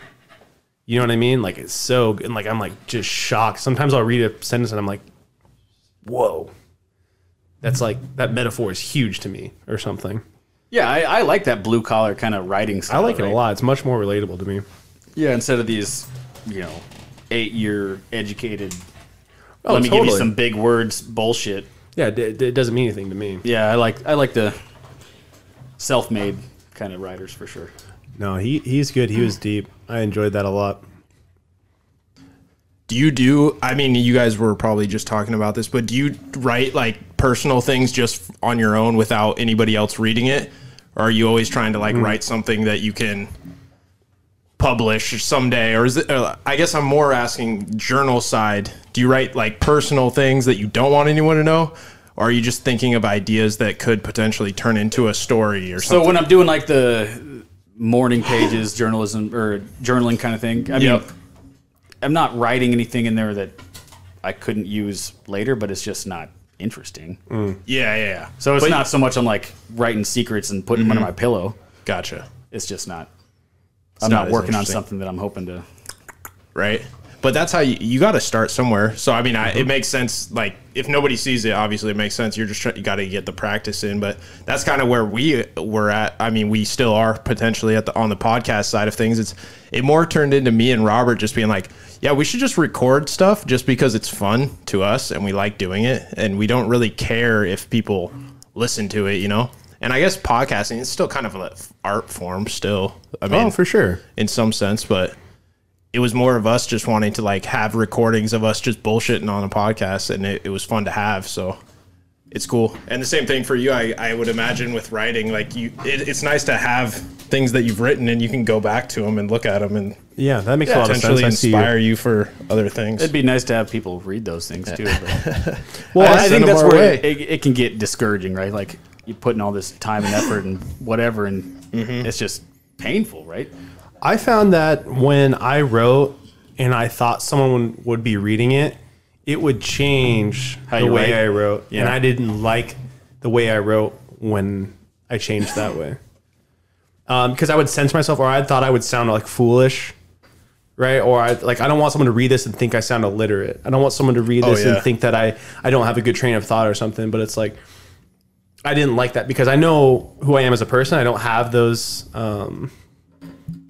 B: You know what I mean? Like it's so and like I'm like just shocked. Sometimes I'll read a sentence and I'm like, whoa. That's like that metaphor is huge to me or something.
E: Yeah, I, I like that blue collar kind of writing
B: I
E: style.
B: like it a
E: right?
B: lot. It's much more relatable to me.
E: Yeah, instead of these, you know, eight year educated.
B: Oh,
E: let me give you
B: totally.
E: some big words bullshit.
B: Yeah, it, it- it doesn't mean anything to me.
E: Yeah, I like I like the self made kind of writers for sure.
B: No, he he's good. He was deep. I enjoyed that a lot.
A: Do you do? I mean, you guys were probably just talking about this, but do you write like personal things just on your own without anybody else reading it? Or are you always trying to like write something that you can publish someday? Or is it, uh, I guess I'm more asking journal side. Do you write like personal things that you don't want anyone to know? Or are you just thinking of ideas that could potentially turn into a story or
E: So
A: something?
E: when I'm doing like the morning pages journalism or journaling kind of thing, I mean,
A: Yep.
E: I'm not writing anything in there that I couldn't use later, but it's just not interesting.
A: Mm. yeah, yeah, yeah.
E: So it's not so much I'm like writing secrets and putting them
A: Mm-hmm.
E: under my pillow.
A: Gotcha.
E: It's just not. I'm
A: not
E: not
A: as
E: working on
A: interesting.
E: something that I'm hoping to
A: right? But that's how you, you got to start somewhere. So I mean, I, it makes sense. Like if nobody sees it, obviously it makes sense. You're just try, you got to get the practice in. But that's kind of where we uh, were at. I mean, we still are potentially at the on the podcast side of things. It's it more turned into me and Robert just being like, yeah, we should just record stuff just because it's fun to us and we like doing it, and we don't really care if people listen to it, you know. And I guess podcasting is still kind of an art form, still. I mean,
B: Oh, sure.
A: in some sense, but it was more of us just wanting to like have recordings of us just bullshitting on a podcast, and it, it was fun to have. So it's cool. And the same thing for you, I, I would imagine with writing, like you, it, it's nice to have things that you've written and you can go back to them and look at them and
B: Yeah, that makes a lot of sense.
A: potentially
B: I see. You.
A: inspire you for other things.
E: It'd be nice to have people read those things too. But
A: Well,
E: I think that's where it, it, it can get discouraging, right? Like you're putting all this time and effort and whatever, and it's just painful, right?
B: I found that when I wrote and I thought someone would be reading it, it would change
E: How
B: the
E: you
B: way
E: write?
B: I wrote, and
E: Yeah.
B: I didn't like the way I wrote when I changed that way. Um, because I would censor myself, or I thought I would sound like foolish, right? Or I like I don't want someone to read this and think I sound illiterate. I don't want someone to read
A: Oh,
B: this
A: yeah.
B: and think that I I don't have a good train of thought or something. But it's like I didn't like that because I know who I am as a person. I don't have those, um,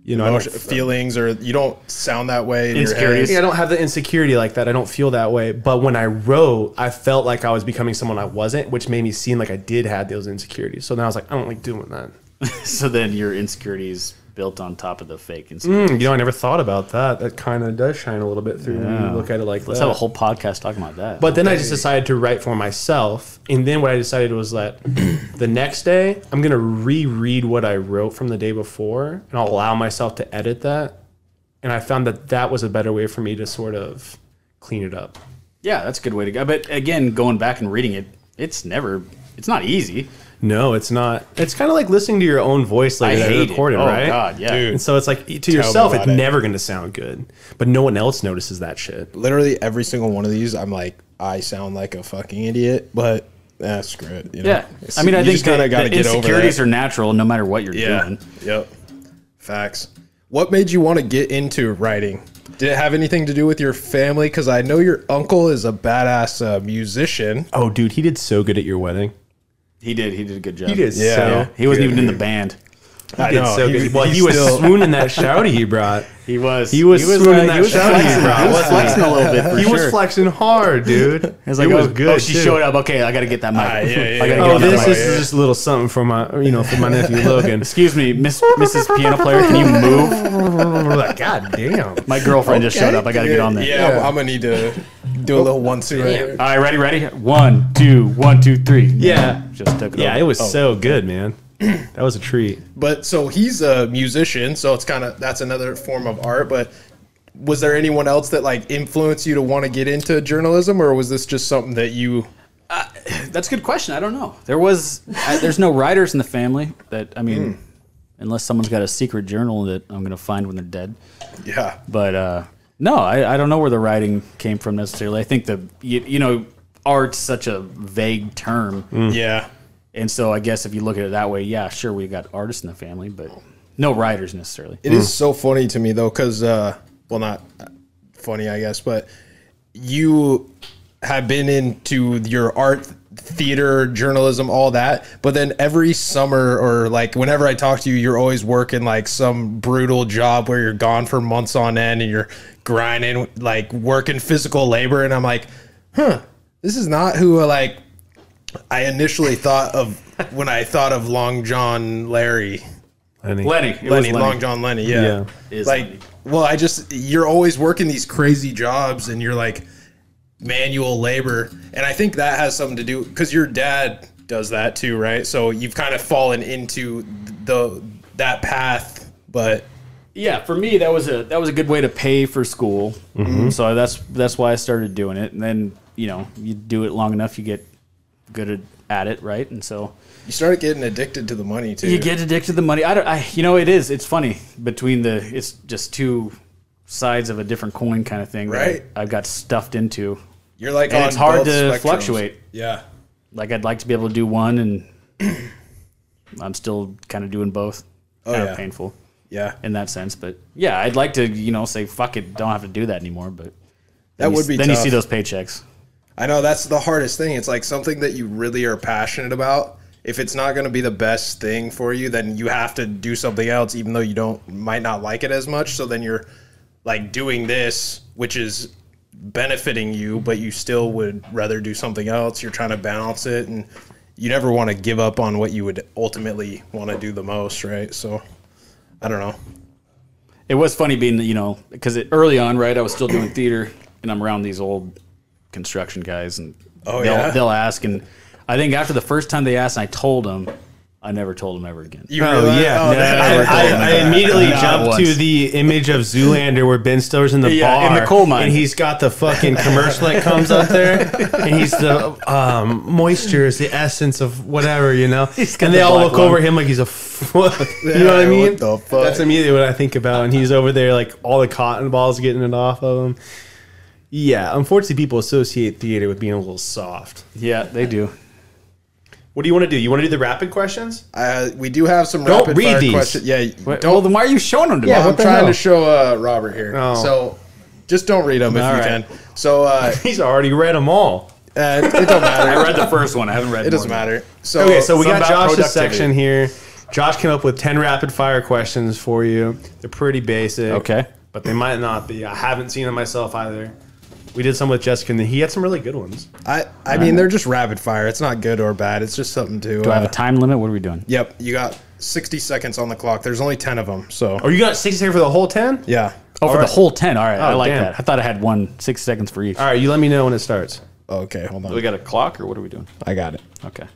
B: you know, I
A: Emotion-
B: don't,
A: feelings, or you don't sound that way. In
B: insecurities.
A: Your
B: I
A: head.
B: don't have the insecurity like that. I don't feel that way. But when I wrote, I felt like I was becoming someone I wasn't, which made me seem like I did have those insecurities. So then I was like, I don't like doing that.
E: So then your insecurities built on top of the fake. And
B: Hmm, you know, I never thought about that. That kind of does shine a little bit through when you look at it like
E: Let's
B: that.
E: have a whole podcast talking about that.
B: but then I just decided to write for myself. And then what I decided was that the next day, I'm going to reread what I wrote from the day before and I'll allow myself to edit that. And I found that that was a better way for me to sort of clean it up.
E: yeah, that's a good way to go. But again, going back and reading it, it's never, it's not easy.
B: No, it's not. It's kind of like listening to your own voice
E: I
B: later that you
E: hate
B: recorded,
E: it. Oh
B: right?
E: God, yeah.
A: Dude.
B: And so it's like to
A: me
B: yourself, it's
A: about it.
B: never going to sound good, but no one else notices that shit.
A: Literally every single one of these, I'm like, I sound like a fucking idiot, but that's screw it. You know?
E: Yeah,
A: It's-
E: I mean, I
A: you
E: think
A: just kinda
E: that,
A: gotta
E: that
A: get over
E: insecurities
A: that.
E: are natural, no matter what you're doing.
A: Yep. Facts. What made you want to get into writing? Did it have anything to do with your family? Because I know your uncle is a badass uh, musician.
B: Oh, dude, he did so good at your wedding.
E: He did. He did a good job.
B: He did
A: Yeah.
B: so.
E: Yeah, he wasn't even in the band.
A: I
B: He did so good. well, he was swooning that shouty he brought.
E: He was. uh,
B: He was swooning that
E: he was
B: shouty,
E: flexing,
B: bro.
E: he was
B: Wasn't
E: flexing a little bit. For
B: he
E: sure.
B: was flexing hard, dude. It
E: It's like,
B: was
E: oh,
B: good.
E: oh, she
B: too.
E: showed up. Okay, I got to get that mic.
A: yeah, yeah,
E: I
A: yeah.
E: gotta
B: Oh,
E: get that
B: this
E: mic.
B: is just a little something for my, you know, for my nephew Logan.
E: Excuse me, Miss Mrs. Piano Player, can you move?
B: Like, God damn.
E: My girlfriend just showed up. I got to get on there.
A: Yeah, Oh, I'm, I'm gonna need to do a little one two. Right
E: All right, ready, ready. One, two, one, two, three.
B: Yeah.
E: just took it.
B: Yeah,
E: over.
B: it was so good, man. That was a treat.
A: But so he's a musician, so it's kind of that's another form of art. But was there anyone else that like influenced you to want to get into journalism, or was this just something that you?
E: That's a good question. I don't know. There was. I, there's no writers in the family that I mean, unless someone's got a secret journal that I'm gonna find when they're dead.
A: Yeah,
E: But uh, no, I, I don't know where the writing came from necessarily. I think the you, you know art's such a vague term,
A: yeah.
E: and so I guess if you look at it that way, yeah, sure, we got artists in the family, but no writers necessarily.
A: It is so funny to me though, because uh, well, not funny, I guess, but you have been into your art, theater, journalism, all that. But then every summer or like whenever I talk to you, you're always working like some brutal job where you're gone for months on end and you're grinding, like working physical labor. And I'm like, huh, this is not who like I initially thought of when I thought of Long John Larry.
B: Lenny.
E: Lenny, it was
A: Lenny,
E: Lenny.
A: Long John Lenny, yeah.
B: Yeah.
E: Is
A: like,
E: Lenny.
A: well, I just you're always working these crazy jobs, and you're like manual labor, and I think that has something to do because your dad does that too, right? So you've kind of fallen into the that path, but
E: yeah, for me that was a that was a good way to pay for school.
A: Mm-hmm.
E: So that's that's why I started doing it. And then you know you do it long enough, you get good at, at it, right? And so
A: you started getting addicted to the money too.
E: you get addicted to the money. I don't. I you know it is. It's funny between the. It's just two sides of a different coin kind of thing. that
A: Right.
E: I, have got stuffed into.
A: you're like,
E: And
A: on
E: it's hard
A: both
E: to
A: spectrums.
E: fluctuate.
A: Yeah,
E: Like I'd like to be able to do one, and I'm still kind of doing both. Oh, kind
A: yeah.
E: of painful
A: yeah.
E: in that sense. But yeah, I'd like to, you know, say fuck it, don't have to do that anymore. But
A: That
E: you-
A: would be
E: Then you
A: tough.
E: see those paychecks.
A: I know that's the hardest thing. It's like something that you really are passionate about. If it's not going to be the best thing for you, then you have to do something else, even though you don't might not like it as much. So then you're like doing this, which is benefiting you, but you still would rather do something else. You're trying to balance it, and you never want to give up on what you would ultimately want to do the most, right? So I don't know.
E: It was funny being, you know, because early on, right, I was still doing theater, and I'm around these old construction guys, and
A: Oh,
E: they'll,
A: yeah?
E: they'll ask, and I think after the first time they asked, and I told them, I never told them ever again.
A: You
B: Oh
A: realize-
B: yeah!
A: oh, that-
B: I, I- I immediately
E: Not
B: jumped to
E: once.
B: the image of Zoolander where Ben Stiller's in the
E: Yeah,
B: bar
E: in the coal mine.
B: and he's got the fucking commercial that comes up there, and he's the um, moisture is the essence of whatever you know.
E: got
B: And they
E: the
B: all
E: black
B: look
E: lung.
B: over him like he's a f- you know what I
A: Yeah,
B: mean?
A: what the fuck?
B: That's immediately what I think about, and he's over there like all the cotton balls getting it off of him. Yeah, unfortunately, people associate theater with being a little soft.
E: Yeah, they do.
B: What do you want to do? You want to do the rapid questions?
A: Uh, we do have some
C: Don't
A: rapid
C: read
A: fire
C: these.
A: questions. Yeah,
E: Wait,
A: don't.
E: well, then why are you showing them to
A: yeah,
E: me?
A: I'm trying to show uh, Robert here.
B: Oh.
A: So just don't read them if
B: All
A: you
B: right.
A: can. So uh,
B: He's already read them all.
A: uh, it don't matter.
E: I read the first one. I haven't read.
A: It doesn't matter. So
B: Okay, so we
A: Oh, some
B: got
A: about
B: Josh's
A: productivity.
B: section here. Josh came up with 10 rapid fire questions for you. They're pretty basic.
E: Okay.
B: But they might not be. I haven't seen them myself either. We did some with Jessica, and he had some really good ones.
A: I I mean they're just rapid fire. It's not good or bad. It's just something to.
E: Do I have
A: uh,
E: a time limit? What are we doing?
A: Yep, you got 60 seconds on the clock. There's only 10 of them. So
B: Oh, you got 60 here for the whole 10?
A: yeah.
E: Oh, for
B: All
E: the
B: right.
E: whole ten. All right, I
B: Oh,
E: like
B: damn.
E: that. I thought I had one six seconds for each.
B: All right, you let me know when it starts.
A: Okay, hold on.
E: We got a clock, or what are we doing?
A: I got it.
E: Okay.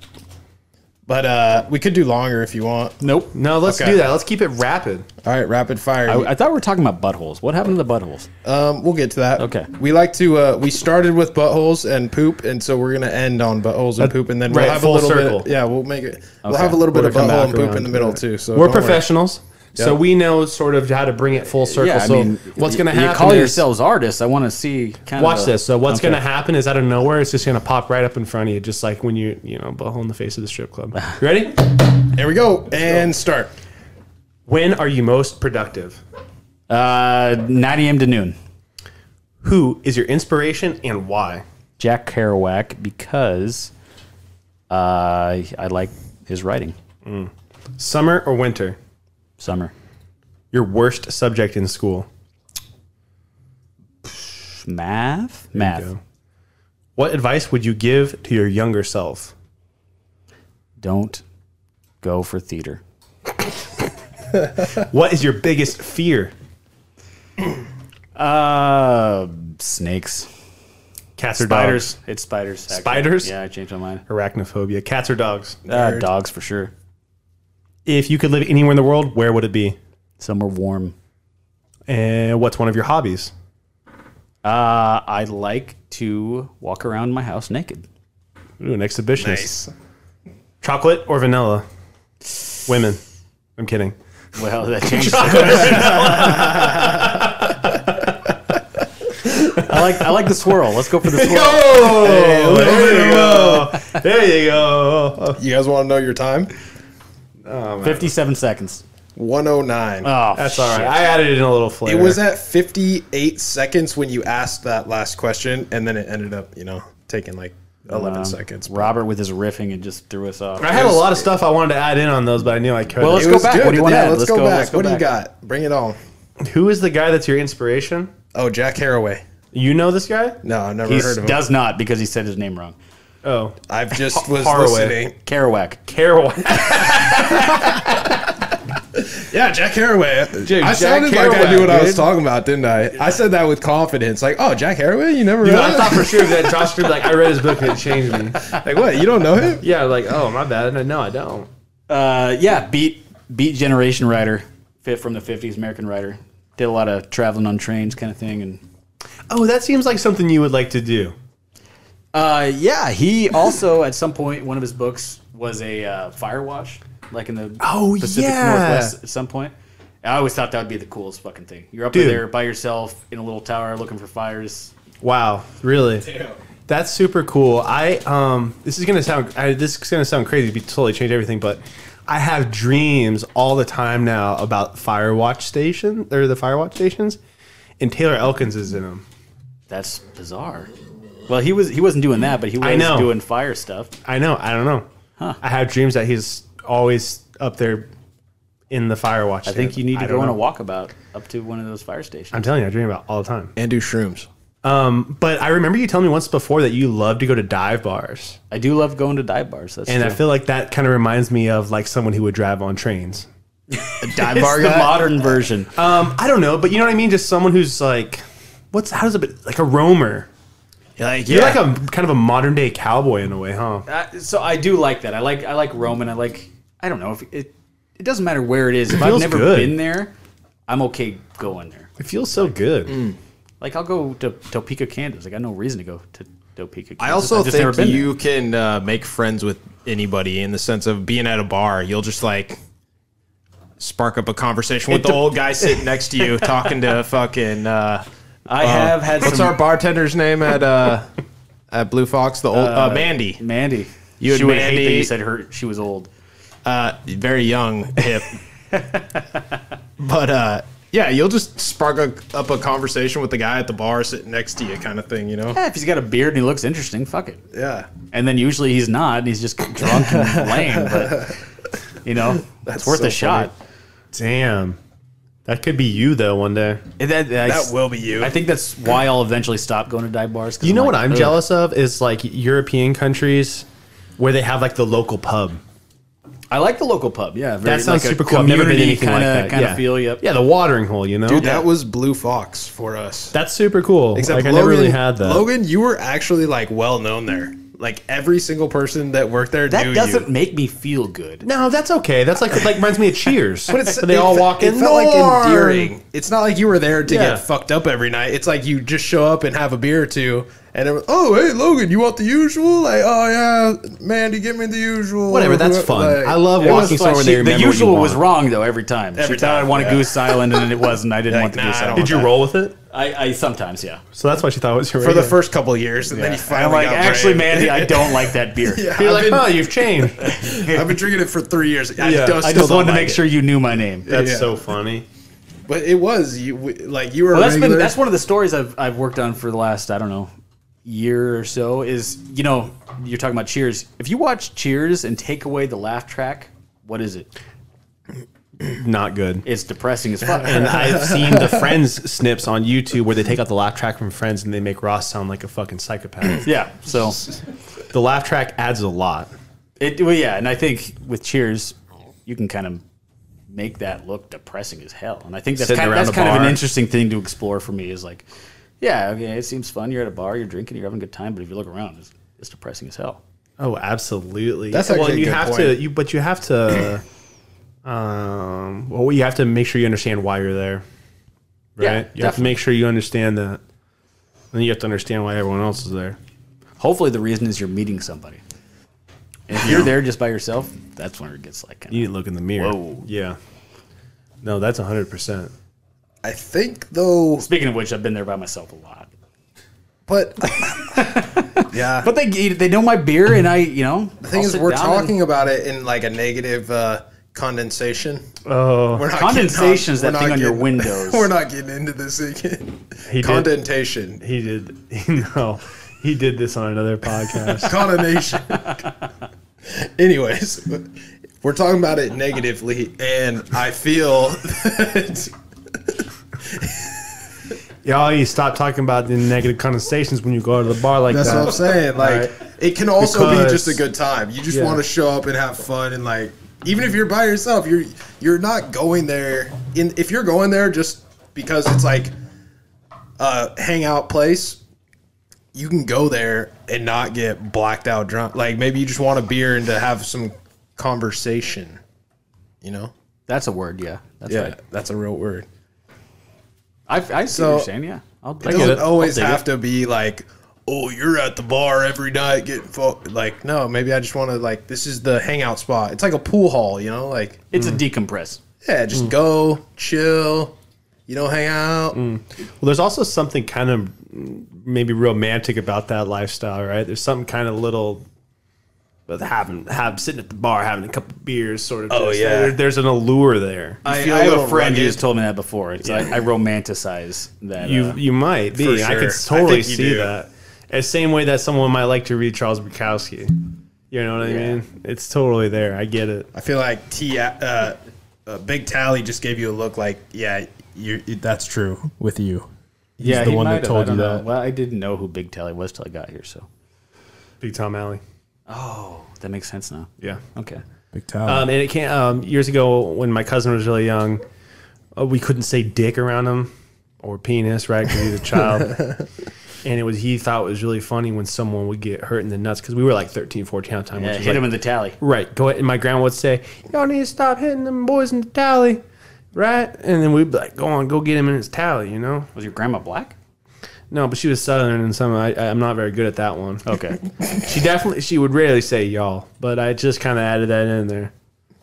A: But uh we could do longer if you want.
E: Nope.
B: No, let's
A: Okay. Oh,
B: do that. Let's keep it rapid.
A: All right, rapid fire.
E: I, I thought we were talking about buttholes. What happened to the buttholes?
A: um, we'll get to that.
E: Okay.
A: We like to. Uh, we started with buttholes and poop, and so we're gonna end on buttholes and poop, and then we'll
B: right,
A: have a
B: full
A: little
B: circle.
A: bit. Yeah, we'll make it. We'll have a little bit
B: We'll
A: of
B: come
A: butthole
B: back
A: and poop in
B: around
A: the
B: to
A: middle
B: that.
A: too. So
B: We're
A: don't worry.
B: professionals, so we know sort of how to bring it full circle. so what's going to
E: you
B: happen?
E: call
B: is-
E: yourselves artists. I want to see. Kind
B: Watch
E: of
B: this. So what's going to happen is out of nowhere, it's just going to pop right up in front of you, just like when you you know butthole in the face of the strip club. You ready?
A: Here we go and start.
B: when are you most productive?
E: Uh, 9 a.m. to noon.
B: Who is your inspiration and why?
E: Jack Kerouac because uh, I like his writing.
B: Summer or winter?
E: Summer.
B: Your worst subject in school.
E: Math.
B: There you
E: Math.
B: go. What advice would you give to your younger self?
E: Don't go for theater.
B: What is your biggest fear?
E: Uh, snakes.
B: Cats
E: Spiders.
B: or
E: It's spiders. actually.
B: Spiders?
E: Yeah, I changed my mind.
B: dogs? Arachnophobia. Cats or dogs?
E: Uh, dogs for sure.
B: If you could live anywhere in the world, where would it be?
E: Somewhere warm.
B: And what's one of your hobbies?
E: Uh, I like to walk around my house naked.
B: Ooh, an exhibitionist. Chocolate or vanilla? Women. I'm kidding.
E: Well, that changed. I like I like the swirl. Let's go for the swirl.
B: Oh, there you go. There you go.
A: You guys want to know your time?
E: 57 seconds.
A: 109.
E: Oh,
B: That's all right. I added in a little flair.
A: It was at 58 seconds when you asked that last question, and then it ended up, you know, taking like 11 seconds.
E: Um, Robert with his riffing and just threw us off.
B: I had a lot of stuff I wanted to add in on those, but I knew I couldn't.
E: Well,
A: It
E: let's go
A: was
E: back.
A: good.
E: What do you want to
A: yeah,
E: add?
A: Let's,
E: Let's
A: go,
E: go-
A: back.
E: let's go
A: what do you
E: back.
A: got? Bring it on.
B: Who is the guy that's your inspiration?
A: Oh, Jack Haraway.
B: You know this guy?
A: No, I've never
E: He
A: heard of him.
E: does not because he said his name wrong.
B: Oh,
A: I've just was
B: Haraway.
A: listening.
E: Kerouac.
B: Kerouac.
A: Yeah, Jack Haraway.
B: Dude,
A: I
B: Jack
A: sounded like I
B: Kerouac,
A: knew what I was
B: dude.
A: talking about, didn't I? I said that with confidence. Like, oh, Jack Haraway? You never
B: Dude,
A: read
B: I
A: it?
B: thought for sure that Josh Green, like I read his book and it changed me.
A: like, what? You don't know him?
B: Yeah, like oh my bad. No, I don't.
E: Uh, yeah, beat beat generation writer, fit from the 50s American writer. Did a lot of traveling on trains kind of thing and
B: Oh, that seems like something you would like to do.
E: Uh, yeah, he also at some point one of his books was a uh, fire watch, like in the
B: Oh,
E: Pacific
B: yeah.
E: Northwest at some point. I always thought that would be the coolest fucking thing. You're up in
B: Dude.
E: there by yourself in a little tower looking for fires.
B: Wow, really? That's super cool. I um, this is gonna sound I, this is gonna sound crazy. Be totally change everything, but I have dreams all the time now about Firewatch station or the Firewatch stations, and Taylor Elkins is in them.
E: That's bizarre. Well, he was he wasn't doing that, but he was
B: know.
E: doing fire stuff.
B: I know. I don't know. I have dreams that he's always up there in the Firewatch.
E: I think you need to
B: don't
E: go on a
B: know.
E: walkabout up to one of those fire stations.
B: I'm telling you, I dream about it all the time. Um,
A: And do shrooms.
B: But I remember you telling me once before that you love to go to dive bars,
E: I do love going to dive bars. That's
B: and I
E: true.
B: feel like that kind of reminds me of like someone who would drive on trains.
A: Dive
E: it's the modern version.
B: Um, I don't know, but you know what I mean. Just someone who's like, what's how does it be, like a roamer?
A: Like,
B: You're like a kind of a modern day cowboy in a way, huh?
E: I- so I do like that. I like I like Roman. I like I don't know if it it doesn't matter where it is. If I've
B: feels
E: never
B: good.
E: been there, I'm okay going there.
B: It feels so good.
E: Mm. Like I'll go to Topeka, Kansas. I got no reason to go to Topeka. Kansas.
A: I also
E: I've just never
A: think
E: been there.
F: you can uh, make friends with anybody in the sense of being at a bar. You'll just like spark up a conversation with the old guy sitting next to you, talking to fucking. Uh,
E: I have had
F: what's
E: some
F: our bartender's name at uh, at Blue Fox? The old uh, Mandy.
E: Mandy.
A: You had
E: she would hate that
A: Mandy.
E: you said her she was old.
A: uh, very young, hip. but uh, yeah, you'll just spark a, up a conversation with the guy at the bar sitting next to you, kind of thing, you know?
E: Yeah, if he's got a beard and he looks interesting, fuck it.
A: Yeah.
E: And then usually he's not, and he's just drunk and lame. But you know, it's worth
A: so
E: a shot.
B: Damn. That could be you though one day.
E: And That,
A: That will be you.
E: I think that's why I'll eventually stop going to dive bars. 'cause
B: You know
E: like,
B: what I'm
E: "Ugh."
B: jealous of is like European countries where they have like the local pub.
E: I like the local pub. Yeah, very,
B: That sounds
E: like a
B: super cool. I've never been to
E: community
B: anything
E: kinda,
B: like that.
E: Kind of
B: yeah.
E: feel. Yep.
B: Yeah, the watering hole. You know,
A: Dude, that was Blue Fox for us.
B: that's super cool.
A: Except
B: like
A: Logan,
B: I never really had that.
A: Logan, you were actually like well known there. Like every single person that worked there
E: That
A: knew
E: doesn't
A: you.
E: make me feel good.
B: No, that's okay. That's like like reminds me of Cheers. but
A: It's-
B: they
A: it
B: all
A: fe-
B: walk in.
A: It felt
B: "Norm!"
A: like endearing. It's not like you were there to
B: Yeah.
A: get fucked up every night. It's like you just show up and have a beer or two, and it was, oh hey Logan, you want the usual? Like oh yeah, Mandy, give me the usual.
B: Whatever, that's
A: Like-
B: fun. I love walking somewhere where they
E: the
B: remember what you
E: usual was
B: want.
E: wrong though every time.
A: Every
E: she thought
A: time,
E: I wanted
A: yeah.
E: Goose Island and it wasn't. I didn't
A: Like,
E: want the
A: nah,
E: Goose
A: I don't
E: Island.
A: want
B: Did you roll with it?
E: I, I sometimes yeah.
B: So that's why she thought it was your
A: for the
B: regular.
A: first couple of years, and then you
E: I'm
A: finally
E: like
A: got
E: actually,
A: brave.
E: Mandy, I don't like that beer.
B: You're
A: I've
B: like,
A: been-
B: oh, you've changed.
A: I've been drinking it for three years. I,
B: Yeah.
A: don't-
B: I
E: I
A: still
E: just
A: don't
E: wanted to
A: like
E: make
A: it.
E: sure you knew my name.
B: That's
A: Yeah.
B: so funny.
A: but it was you w- like you were.
E: Well, that's
A: regular.
E: been that's one of the stories I've I've worked on for the last I don't know year or so is you know you're talking about Cheers. If you watch Cheers and take away the laugh track, what is it?
B: Not good.
E: It's depressing as fuck.
B: And I've seen the Friends snips on YouTube where they take out the laugh track from Friends and they make Ross sound like a fucking psychopath.
E: yeah, so
B: the laugh track adds a lot.
E: it well yeah, and I think with Cheers you can kind of make that look depressing as hell. And I think that's
B: Sitting
E: kind,
B: around
E: that's
B: a
E: kind of an
B: bar.
E: interesting thing to explore for me is like yeah, okay, it seems fun. You're at a bar, you're drinking, you're having a good time, but if you look around, it's, it's depressing as hell.
B: Oh, absolutely.
A: That's
B: well,
A: actually a
B: you
A: good
B: have to.
A: point.
B: You but you have to. um. Well, you have to make sure you understand why you're there, right?
E: Yeah,
B: you have to
E: definitely.
B: make sure you understand that, and then you have to understand why everyone else is there.
E: Hopefully, the reason is you're meeting somebody. And if you're there just by yourself, that's when it gets like.
B: You need to look in the mirror.
E: Whoa.
B: Yeah. No, that's hundred percent.
A: I think though,
E: Speaking of which, I've been there by myself a lot.
A: but yeah.
E: But they they know my beer, and I, you know,
A: the thing is, we're talking about it in like a negative uh, condensation.
B: Oh,
A: We're not
E: Condensation is that
A: getting
E: thing on your
A: getting-
E: windows.
A: We're not getting into this again.
B: did.
A: Condensation.
B: he did. No, he did this on another podcast.
A: Condemnation. Anyways, we're talking about it negatively, and I feel that
B: Y'all, you stop talking about the negative connotations when you go to the bar like
A: that's
B: that.
A: what I'm saying. Like,
B: Right.
A: it can also be
B: Because-
A: just a good time. You just
B: Yeah.
A: want to show up and have fun, and like, even if you're by yourself, you're you're not going there. In if you're going there just because it's like a hangout place. You can go there and not get blacked out drunk. Like maybe you just want a beer and to have some conversation, you know?
E: That's a word, yeah. That's
A: Yeah,
E: right.
A: that's a real word.
E: I, I see
A: So-
E: what you're saying. Yeah, I'll
A: It
E: take
A: doesn't
B: it. I'll
A: always
B: dig
A: have to be like, oh, you're at the bar every night getting fucked. Like, no, maybe I just want to like this is the hangout spot. It's like a pool hall, you know? Like,
E: It's a
B: Mm-hmm.
E: decompress.
A: yeah,
B: Mm.
A: just go chill. You don't hang out.
B: Mm. Well, there's also something kind of mm, maybe romantic about that lifestyle, right? There's something kind of little, but having have sitting at the bar having a couple beers, sort of.
A: Oh,
B: just-
A: yeah.
B: there- there's an allure there.
E: I,
A: feel a
E: I have
A: little
E: a friend
A: rugged.
E: who's told me that before. It's like I romanticize that.
B: you
E: uh,
B: you might be.
A: for
B: I could
A: sure. I
B: totally
A: think you
B: see
A: do.
B: that. As same way that someone might like to read Charles Bukowski. You know what I mean? It's totally there. I get it.
A: I feel like T. Uh, uh, Big Tally just gave you a look like, yeah, you that's true with you.
E: yeah,
A: the
E: he
A: one that
E: might have,
A: told
E: I don't
A: you
E: know.
A: that.
E: Well, I didn't know who Big Tally was till I got here, so
B: Big Tom Alley.
A: Oh,
E: that makes sense now.
B: Yeah.
E: Okay.
A: Big Tally.
B: Um, and it can't. Um, years ago, when my cousin was really young, uh, we couldn't say "dick" around him or "penis," right? Because he's a child. and it was he thought it was really funny when someone would get hurt in the nuts because we were like 13, 14 at the time.
E: Yeah,
B: which was
E: hit
B: like-
E: him in the tally.
B: Right. Go ahead. And my grandma would say, Y'all need to stop hitting them boys in the tally. Right? And then we'd be like, Go on, go get him in his tally, you know?
E: Was your grandma black?
B: No, but she was Southern and some, I, I'm not very good at that one.
E: Okay.
B: She definitely, she would rarely say y'all, but I just kind of added that in there.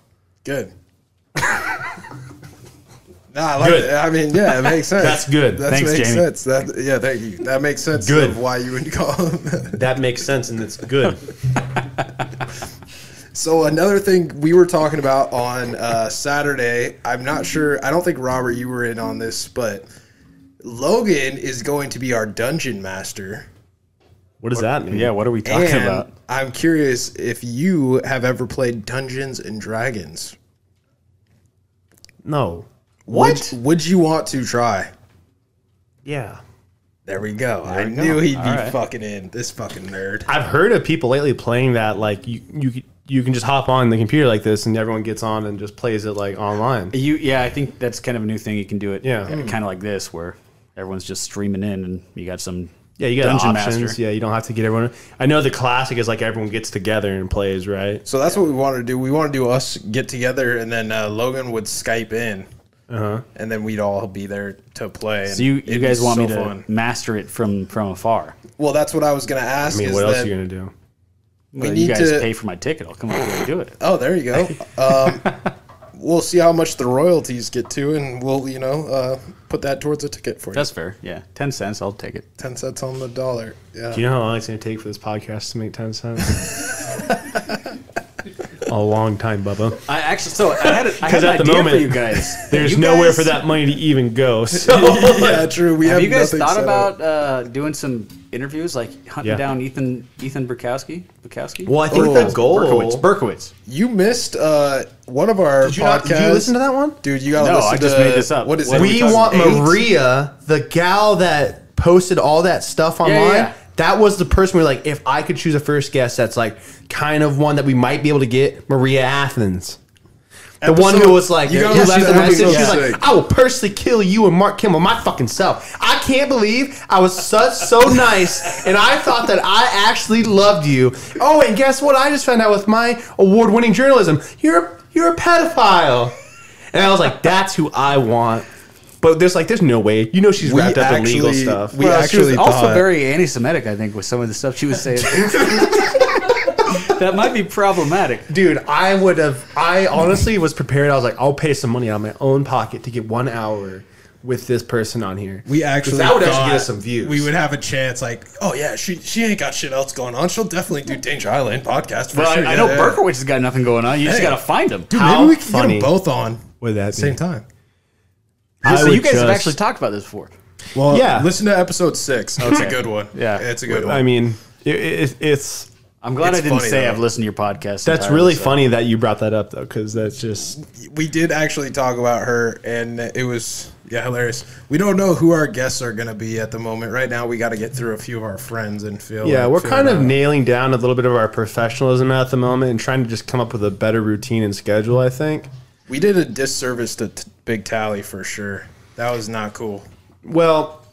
A: Good. nah, I like
B: Good.
A: it. I mean, yeah, it makes sense.
B: That's good.
A: That
E: Thanks,
A: makes
E: Jamie.
A: sense. That yeah, thank you. That makes sense
B: Good.
A: of why you would call him.
B: That makes sense and it's good.
A: So another thing we were talking about on uh, Saturday, I'm not sure. I don't think Robert, you were in on this, but Logan is going to be our dungeon master.
B: What does that mean?
E: Yeah, what are we talking
A: And
E: about?
A: I'm curious if you have ever played Dungeons and Dragons.
B: No.
A: What would, would you want to try?
B: Yeah.
A: There we go. I knew he'd be fucking in this fucking nerd.
B: I've heard of people lately playing that. Like you, you, you can just hop on the computer like this, and everyone gets on and just plays it like online.
E: You yeah, I think that's kind of a new thing. You can do it
B: Yeah.
E: kind of like this where everyone's just streaming in and you got some
B: Yeah, you got
E: Dungeon
B: options.
E: Master.
B: Yeah, you don't have to get everyone. I know the classic is like everyone gets together and plays, right?
A: So that's what we wanted to do. We want to do us get together, and then uh, Logan would Skype in, and then we'd all be there to play. and
E: Uh-huh. So you,
A: it'd
E: you
A: be
E: guys want
A: so
E: me to
A: fun.
E: master it from from afar?
A: Well, that's what I was gonna ask.
B: I mean,
A: is
B: what else
A: that-
B: are you gonna do?
E: We
A: need
E: you guys
A: to-
E: pay for my ticket. I'll come over and do it.
A: Oh, there you go. Um, we'll see how much the royalties get to, and we'll you know uh, put that towards a ticket for you.
E: That's fair. Yeah, ten cents. I'll take it.
A: ten cents on the dollar. Yeah.
B: Do you know how long it's gonna take for this podcast to make ten cents? a long time, Bubba.
E: I actually so I had a, I had
B: Because
E: an
B: at the
E: idea
B: moment,
E: for you guys.
B: There's
E: You
B: nowhere
E: guys-
B: for that money to even go. So
A: yeah, true. We have,
E: Have you guys
A: nothing
E: thought
A: set up.
E: about uh, doing some interviews, like hunting
B: Yeah.
E: down Ethan Ethan Burkowski? Burkowski?
B: well, I think the goal.
E: Berkowitz. Berkowitz.
A: You missed uh, one of our
B: Did you,
A: podcasts.
B: not, did you listen to that one?
A: Dude, you gotta
E: No,
A: listen
E: I just
A: to-
E: made this up.
A: What is
E: What
A: it?
E: are
G: We
E: Episode
G: want
A: eight?
G: Maria, the gal that posted all that stuff online.
E: yeah, yeah.
G: That was the person we were like, if I could choose a first guest that's like kind of one that we might be able to get, Maria Athens. The one who
A: Episode-
G: was like,
A: You
G: who
A: gotta
G: left the
A: listen to
G: message. She was
A: episode
G: like, I will personally kill you and Mark Kimmel, my fucking self. I can't believe I was so, so nice and I thought that I actually loved you. Oh, and guess what? I just found out with my award winning journalism. You're, you're a pedophile. And I was like, that's who I want. But there's like, there's no way. You know, she's
A: We
G: wrapped up in legal
A: actually-
G: stuff.
A: We
E: Well,
A: actually
E: she was also
A: thought-
E: very anti-Semitic, I think, with some of the stuff she was saying. that might be problematic.
B: Dude, I would have. I honestly was prepared. I was like, I'll pay some money out of my own pocket to get one hour with this person on here.
A: We actually
B: that would actually
A: thought
B: get us some views.
A: We would have a chance. Like, oh yeah, she she ain't got shit else going on. She'll definitely do Danger Island podcast. For
E: But
A: sure.
E: I, I
A: Yeah,
E: know
A: yeah.
E: Berkowitz has got nothing going on. You just
A: Hey.
E: got to find him.
A: Dude,
B: How
A: maybe we could
B: funny.
A: get them both on
B: Would that
A: at the same time.
B: I
E: so
B: would
E: you guys have
B: just-
E: actually talked about this before.
A: Well,
B: Yeah.
A: Listen to episode six. It's a good one.
E: Yeah.
A: it's a good one.
B: I mean, it, it, it's
E: I'm glad
A: It's
E: I didn't
A: funny,
E: say
A: though.
E: I've listened to your podcast.
B: that's
E: entirely,
B: really
E: so.
B: funny that uh, you brought that up though, because that's just
A: we did actually talk about her, and it was yeah hilarious. We don't know who our guests are going to be at the moment. Right now, we got to get through a few of our friends and feel.
B: yeah. We're
A: feel
B: kind of
A: out.
B: nailing down a little bit of our professionalism at the moment and trying to just come up with a better routine and schedule. I think.
A: we did a disservice to t- Big Tally for sure. That was not cool.
B: Well,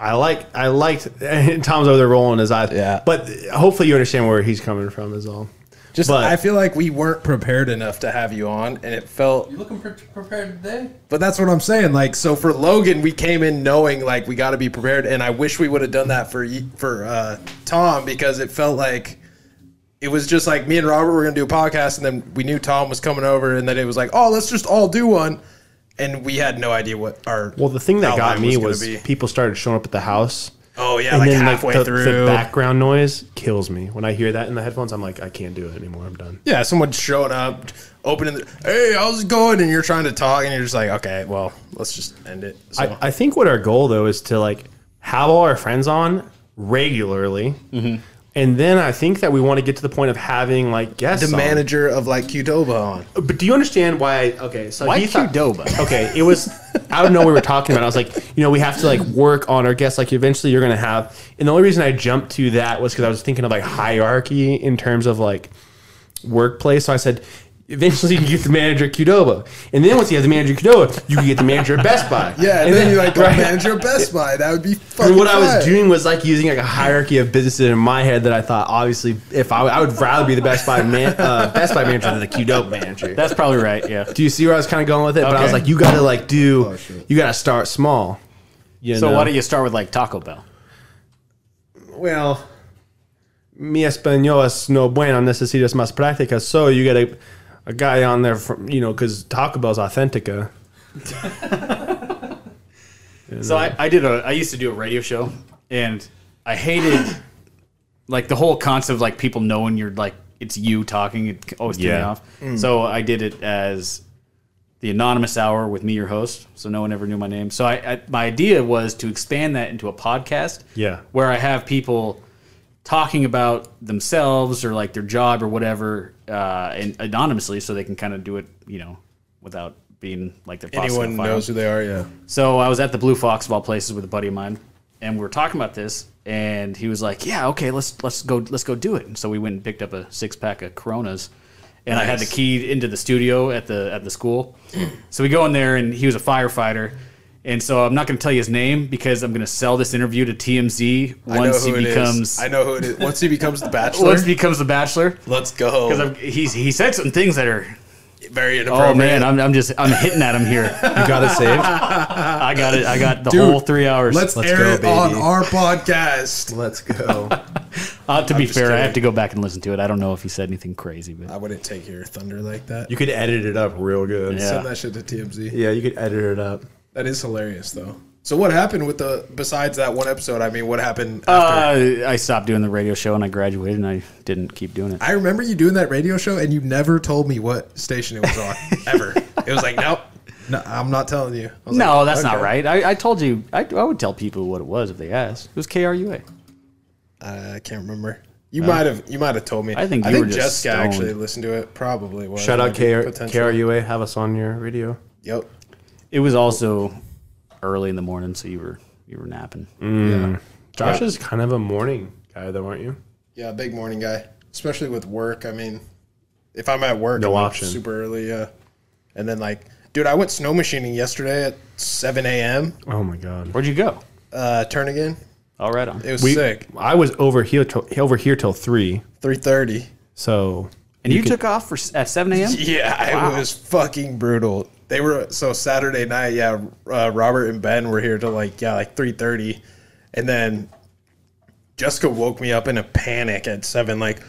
B: I like I liked Tom's over there rolling his eyes.
A: Yeah.
B: But hopefully you understand where he's coming from is all.
A: Just
B: But-
A: I feel like we weren't prepared enough to have you on, and it felt.
H: Looking pre- prepared today?
A: But that's what I'm saying. Like, so for Logan, we came in knowing like we got to be prepared, and I wish we would have done that for ye- for uh, Tom because it felt like it was just like me and Robert were gonna do a podcast, and then we knew Tom was coming over, and then it was like, oh, let's just all do one, and we had no idea what our
B: Well, the thing that got
A: outline
B: me
A: gonna
B: was,
A: be.
B: people started showing up at the house.
A: oh yeah, like halfway
B: the,
A: through.
B: the background noise kills me. When I hear that in the headphones, I'm like, I can't do it anymore. I'm done.
A: Yeah, someone showing up, opening the, hey, how's it going? And you're trying to talk, and you're just like, okay, well, let's just end it. So,
B: I, I think what our goal though is to like have all our friends on regularly,
A: Mm-hmm.
B: and then I think that we want to get to the point of having like guests.
A: the
B: on.
A: manager of like Qdoba on.
B: But do you understand why? Okay, so
E: Why
B: he thought-
E: Qdoba?
B: Okay, it was. I don't know what we were talking about. I was like, you know, we have to like work on our guests. Like, eventually, you're gonna have. And the only reason I jumped to that was because I was thinking of like hierarchy in terms of like workplace. So I said, eventually, you can get the manager at Qdoba, and then once you have the manager at Qdoba, you can get the manager at Best Buy.
A: Yeah, and, then, you're like, "Oh,
B: right?
A: right. manager of Best Buy. That would be fucking.
B: And what I was
A: fire.
B: doing was like using like a hierarchy of businesses in my head that I thought obviously if I, I would rather be the Best Buy man, uh, Best Buy manager than the Qdoba manager.
E: That's probably right. Yeah.
B: Do you see where I was kind of going with it? But I was
E: Okay.
B: like, you got to like do, you got to start small. Oh, You
E: So
B: know?
E: why don't you start with like Taco Bell?
B: Well, mi español es no bueno. Necesitas más práctica. So you got a, a guy on there from you know because Taco Bell's authentica.
E: So I, I did a I used to do a radio show and I hated like the whole concept of like people knowing your like it's you talking. It always threw me
I: Yeah.
E: off.
A: Mm.
E: So I did it as the anonymous hour with me, your host. So no one ever knew my name. So I, I my idea was to expand that into a podcast.
I: Yeah.
E: where I have people talking about themselves or like their job or whatever, uh, and anonymously, so they can kind of do it, you know, without being like they're possibly
A: Anyone
E: filed.
A: knows who they are, yeah.
E: So I was at the Blue Fox of all places with a buddy of mine, and we were talking about this, and he was like, "Yeah, okay, let's let's go let's go do it." And so we went and picked up a six pack of Coronas, and I had the key into the studio at the at the school. so we go in there, and he was a firefighter. And so I'm not going to tell you his name because I'm going to sell this interview to TMZ
A: I know
E: once he
A: who it is.
E: becomes
A: I know who it is. Once he becomes the bachelor,
E: once he becomes the bachelor.
A: let's go.
E: Because he's he said some things that are
A: Very inappropriate.
E: oh man I'm, I'm just I'm hitting at him here
C: You got it saved.
E: I got it I got the
A: Dude,
E: whole three hours
A: let's,
C: Let's
A: air
C: go,
A: it on
C: baby.
A: our podcast.
C: Let's go.
E: Uh, to be fair, I
A: kidding.
E: have to go back and listen to it. I don't know if he said anything crazy, but
A: I wouldn't take your thunder like that.
C: You
A: You
C: could edit it up real good.
E: Yeah.
A: send that shit to TMZ.
C: Yeah, you could edit it up.
A: That is hilarious, though. So what happened with the besides that one episode? I mean, what happened? after?
E: uh, I stopped doing the radio show and I graduated and I didn't keep doing it.
A: I remember you doing that radio show, and you never told me what station it was on ever. It was like, nope, no, I'm not telling you. I was
E: no,
A: like,
E: that's not
A: okay.
E: right. I, I told you I, I would tell people what it was if they asked. It was KRUA.
A: I can't remember. You might have you might have told me.
E: I think
A: I
E: you
A: think
E: were just
A: Jessica
E: stoned.
A: actually listened to it. Probably was
B: Shout out
A: Maybe,
B: KR,
A: potentially.
B: KRUA. Have us on your radio.
A: Yep.
E: It was also early in the morning, so you were you were napping.
B: Josh is kind of a morning guy, though, aren't you?
A: Yeah, big morning guy, especially with work. I mean, if I'm at work,
B: No
A: I'm up
B: option.
A: super early. Yeah, and then like, dude, I went snow machining yesterday at 7 a.m.
B: Oh my god.
E: Where'd you go?
A: Uh, turn again.
E: All right, on.
A: It was
B: We,
A: sick.
B: I was over here till, over here till three.
A: 3:30.
B: So
E: and you,
B: could-
E: took off for s- at seven a.m.
A: Yeah, it was fucking brutal. They were so Saturday night. Yeah, uh, Robert and Ben were here till like yeah, like three thirty, and then Jessica woke me up in a panic at seven. Like,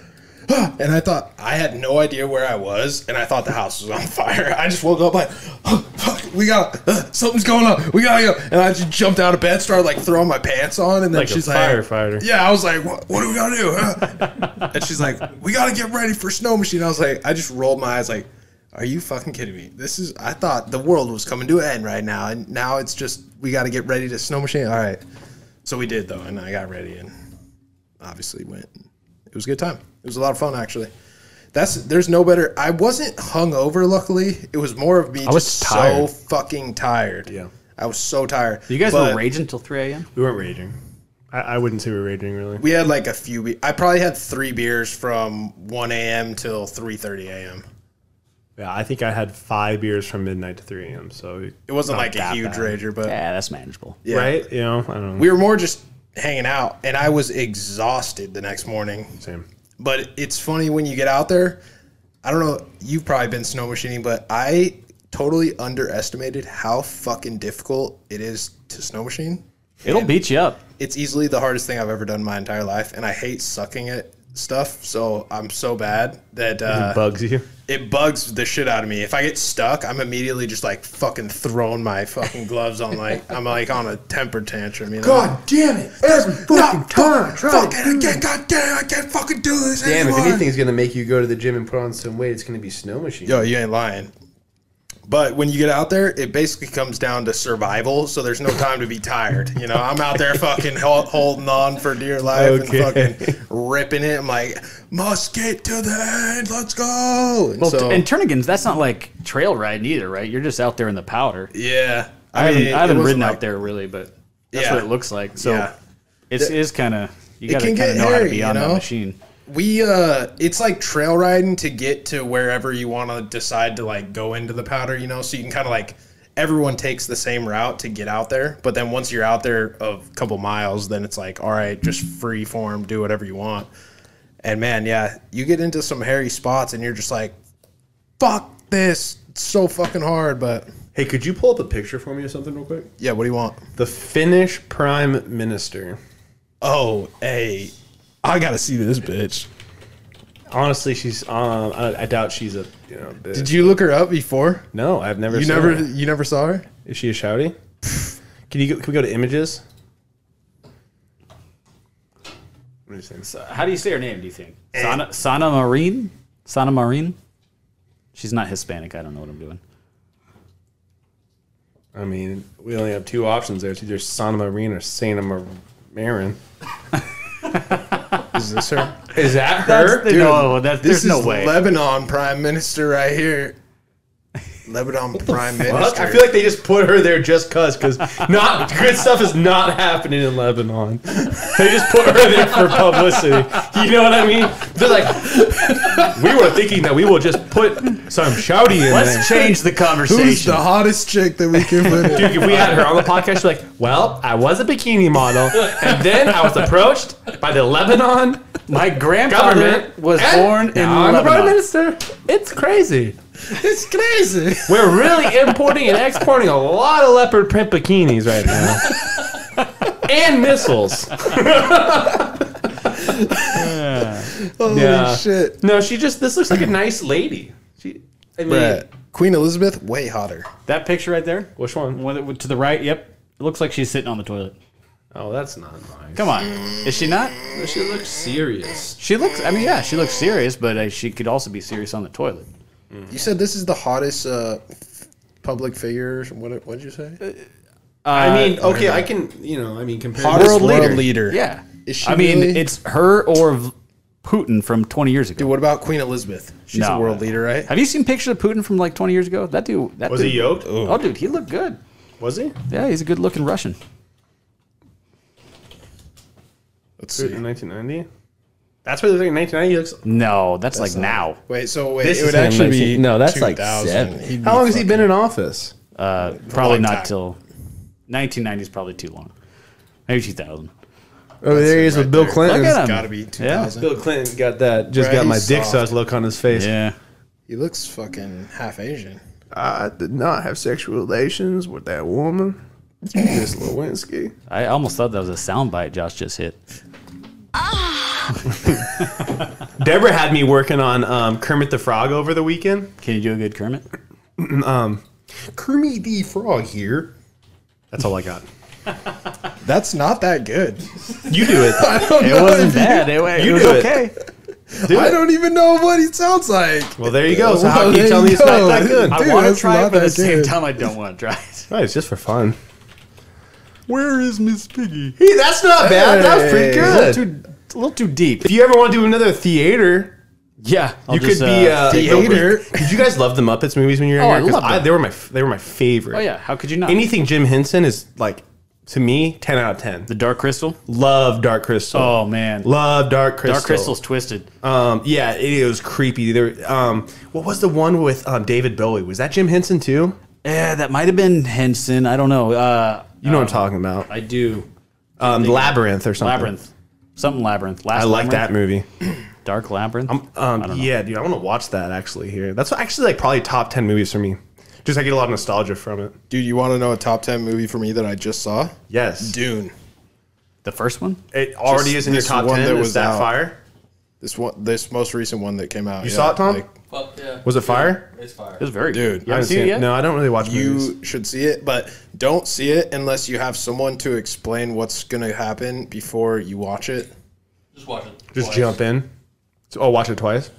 A: "Ah," and I thought I had no idea where I was, and I thought the house was on fire. I just woke up like, "Oh, fuck, we got uh, something's going on. We gotta go, and I just jumped out of bed, started like throwing my pants on, and then
B: Like a
A: she's
B: firefighter.
A: like, yeah, I was like, what, what do we gotta do? huh?" And she's like, "We gotta get ready for snow machine." I was like, I just rolled my eyes, like, "Are you fucking kidding me? This is." I thought the world was coming to an end right now, and now it's just we gotta get ready to snow machine. All right, so we did though, and I got ready and obviously went. It was a good time. It was a lot of fun actually. That's there's no better. I wasn't hungover. Luckily, it was more of me
B: was
A: just so
B: tired.
A: fucking tired. Yeah, I was so tired.
E: You guys
A: But-
E: were raging till three a.m.
B: we weren't raging. I, I wouldn't say we were raging really.
A: we had like a few. Be- I probably had three beers from 1 a.m. till 3:30 a.m.
B: Yeah, I think I had five beers from midnight to three a.m. So
A: It wasn't like a huge rager, but
E: Yeah, that's manageable.
A: yeah.
B: right, you know, I don't know.
A: We were more just hanging out, and I was exhausted the next morning.
B: Same.
A: But it's funny when you get out there. I don't know. You've probably been snow machining, but I totally underestimated how fucking difficult it is to snow machine.
E: It'll beat you up.
A: It's easily the hardest thing I've ever done in my entire life, and I hate sucking at stuff. So I'm so bad that uh,
B: bugs you.
A: it bugs the shit out of me. If I get stuck, I'm immediately just like fucking throwing my fucking gloves on. Like I'm like on a temper tantrum. You know?
C: God damn it! Every fucking time.
A: fucking, I can't, God damn, I can't fucking do this.
C: Damn, if
A: anymore.
C: anything's gonna make you go to the gym and put on some weight, it's gonna be snow machine.
A: Yo, you ain't lying. But when you get out there, it basically comes down to survival. So there's no time to be tired. You know, I'm out there fucking hol- holding on for dear life and fucking ripping it. I'm like, must get to the end. Let's go. And
E: Well,
A: so,
E: and Turnigans, that's not like trail riding either, right? You're just out there in the powder.
A: yeah.
E: I haven't,
A: mean,
E: I
A: it
E: haven't
A: wasn't
E: ridden
A: like-
E: out there really, but that's
A: Yeah.
E: what it looks like. So
A: Yeah.
E: it's it is kind of you got to
A: can get
E: kind of know how
A: hairy,
E: to be
A: you
E: on
A: know?
E: that machine.
A: We uh it's like trail riding to get to wherever you want to decide to like go into the powder, you know, so you can kind of like everyone takes the same route to get out there, but then once you're out there a couple miles, then it's like all right, just free form, do whatever you want. And man, yeah, you get into some hairy spots and you're just like fuck this, it's so fucking hard, but
B: Hey, could you pull up a picture for me or something real quick?
A: yeah, what do you want?
B: The Finnish Prime Minister.
A: Oh, hey, I got to see this bitch.
B: Honestly, she's. Um, I, I doubt she's a. You know, bitch.
A: Did you look her up before?
B: No, I've never.
A: You
B: seen
A: never
B: Her.
A: you never saw her?
B: Is she a shouty? Can you? Go, can we go to images? I'm interesting.
E: How do you say her name? Do you think
A: Eh.
E: Sana, Sana Marine? Sana Marine? She's not Hispanic. I don't know what I'm doing.
B: I mean, we only have two options there. It's either Santa Marina or Santa Mar- Marin.
A: Is this her?
B: Is that her?
E: That's- no, that,
A: This
E: there's no
A: is
E: way.
A: Lebanon Prime Minister right here. Lebanon Prime
B: Fuck,
A: Minister.
B: I feel like they just put her there just cuz cuz not good stuff is not happening in Lebanon. They just put her there for publicity. You know what I mean? They're like we were thinking that we will just put some shouty in there.
E: Let's change the
A: Who's the
E: conversation.
A: hottest chick that we can put in?
B: Dude, if we had her on the podcast, she'd be like, well, I was a bikini model, and then I was approached by the Lebanon
E: My grandfather
B: government
E: was
A: Eh?
B: and
E: born in
B: now I'm the prime
E: Lebanon.
B: minister. It's crazy.
A: It's crazy.
B: We're really importing and exporting a lot of leopard print bikinis right now. and missiles.
A: Holy
B: Yeah.
A: shit.
B: No, she just this looks like a nice lady. She I mean
A: Bruh, Queen Elizabeth, way hotter.
E: That picture right there,
B: which one?
E: one that went to the right. Yep, it looks like she's sitting on the toilet.
B: Oh, that's not nice.
E: Come on, is she not?
B: She looks serious.
E: She looks. I mean, yeah, she looks serious, but uh, she could also be serious on the toilet.
A: You said this is the hottest uh, public figure. What did you say?
B: Uh, I mean, okay, I can you know, I mean compare
A: Hottest world leader.
E: Yeah,
A: Is she
E: I mean,
A: really?
E: it's her or V- Putin from 20 years ago.
A: What about Queen Elizabeth? She's
E: No.
A: a world leader, right?
E: Have you seen pictures of Putin from like 20 years ago? That dude. That
B: Was
E: dude,
B: he uh, yoked?
E: Oh, dude, he looked good.
B: Was he?
E: Yeah, he's a good-looking Russian.
A: Let's
B: In nineteen ninety? That's what they think in nineteen ninety he looks
E: No, that's, like now.
A: Wait, so wait,
B: This
A: it
B: is
A: would
B: him,
A: actually be
B: 19 no, that's like
A: 2000.
B: seven.
A: He'd be
B: How long has he
A: fucking-
B: been in office?
E: Probably
A: long
E: not
A: time.
E: till 1990 is probably too long. Maybe 2000.
B: Oh, there he is with Bill Clinton.
E: Look at him.
A: Gotta be 2000.
B: Bill Clinton got that. Just
A: Right,
B: got my
A: he's
B: dick
A: soft.
B: size look on his face.
E: Yeah.
A: He looks fucking half Asian.
B: I did not have sexual relations with that woman, Miss Lewinsky.
E: I almost thought that was a soundbite Josh just hit.
B: Deborah had me working on um, Kermit the Frog over the weekend.
E: Can you do a good Kermit?
B: Kermit the Frog here. That's all I got.
A: That's not that good.
B: You do it.
A: I don't
E: It
A: know.
E: wasn't bad. It, wa- it
B: You
E: was
B: do it.
E: okay.
B: Do
A: I
B: it.
A: don't even know what he sounds like.
B: Well, there you go. So
A: Well,
B: how can
A: there
B: you tell
A: you
B: me it's not
A: go.
B: that good?
A: Dude,
E: I want to
A: that's
E: try it,
A: not
E: but at the
A: that
E: same
A: good.
E: time, I don't want to try it.
B: Right, it's just for fun.
E: Where is Miss Piggy?
B: Hey, that's not bad. That was pretty
A: Hey. A little
B: good.
E: Too, a little too deep.
B: if you ever want to do another theater,
E: Yeah. I'll
B: you
E: just,
B: could be uh,
A: theater?
B: Did you guys love the Muppets movies when you were
E: Oh, I
B: younger? 'Cause
E: loved them.
B: They were my f- they were my favorite.
E: oh, yeah. How could you not?
B: anything Jim Henson is like to me 10 out of 10.
E: the Dark Crystal?
B: Love Dark Crystal.
E: Oh, man.
B: Love Dark Crystal.
E: Dark Crystal's twisted.
B: Um, yeah, it, it was creepy. There, um, what was the one with um, David Bowie? Was that Jim Henson too?
E: Yeah, that might have been Henson. I don't know. Uh,
B: You know what I'm talking about.
E: I do.
B: Um, Labyrinth or something.
E: Labyrinth. Something Labyrinth. Last
B: I like that
E: Labyrinth?
B: movie.
E: Dark Labyrinth.
B: Um, yeah, dude, I want to watch that actually here. That's actually like probably top 10 movies for me. Just I get a lot of nostalgia from it.
A: Dude, you want to know a top 10 movie for me that I just saw?
B: Yes.
A: Dune.
E: the first one?
B: it already
A: Just
B: is in your
A: this
B: top
A: one
B: 10.
A: that
B: Is
A: was
B: that
A: out.
B: fire?
A: This one, this most recent one that came out.
B: You saw it, Tom?
J: Fuck yeah.
B: was it fire?
J: It's fire.
E: It was very
A: Dude,
E: You
B: I
E: haven't
B: haven't
E: seen it yet?
B: No, I don't really watch movies.
A: you should see it, but don't see it unless you have someone to explain what's gonna happen before you watch it.
J: Just watch it.
B: Just
J: twice.
B: jump in. So, oh, watch it twice.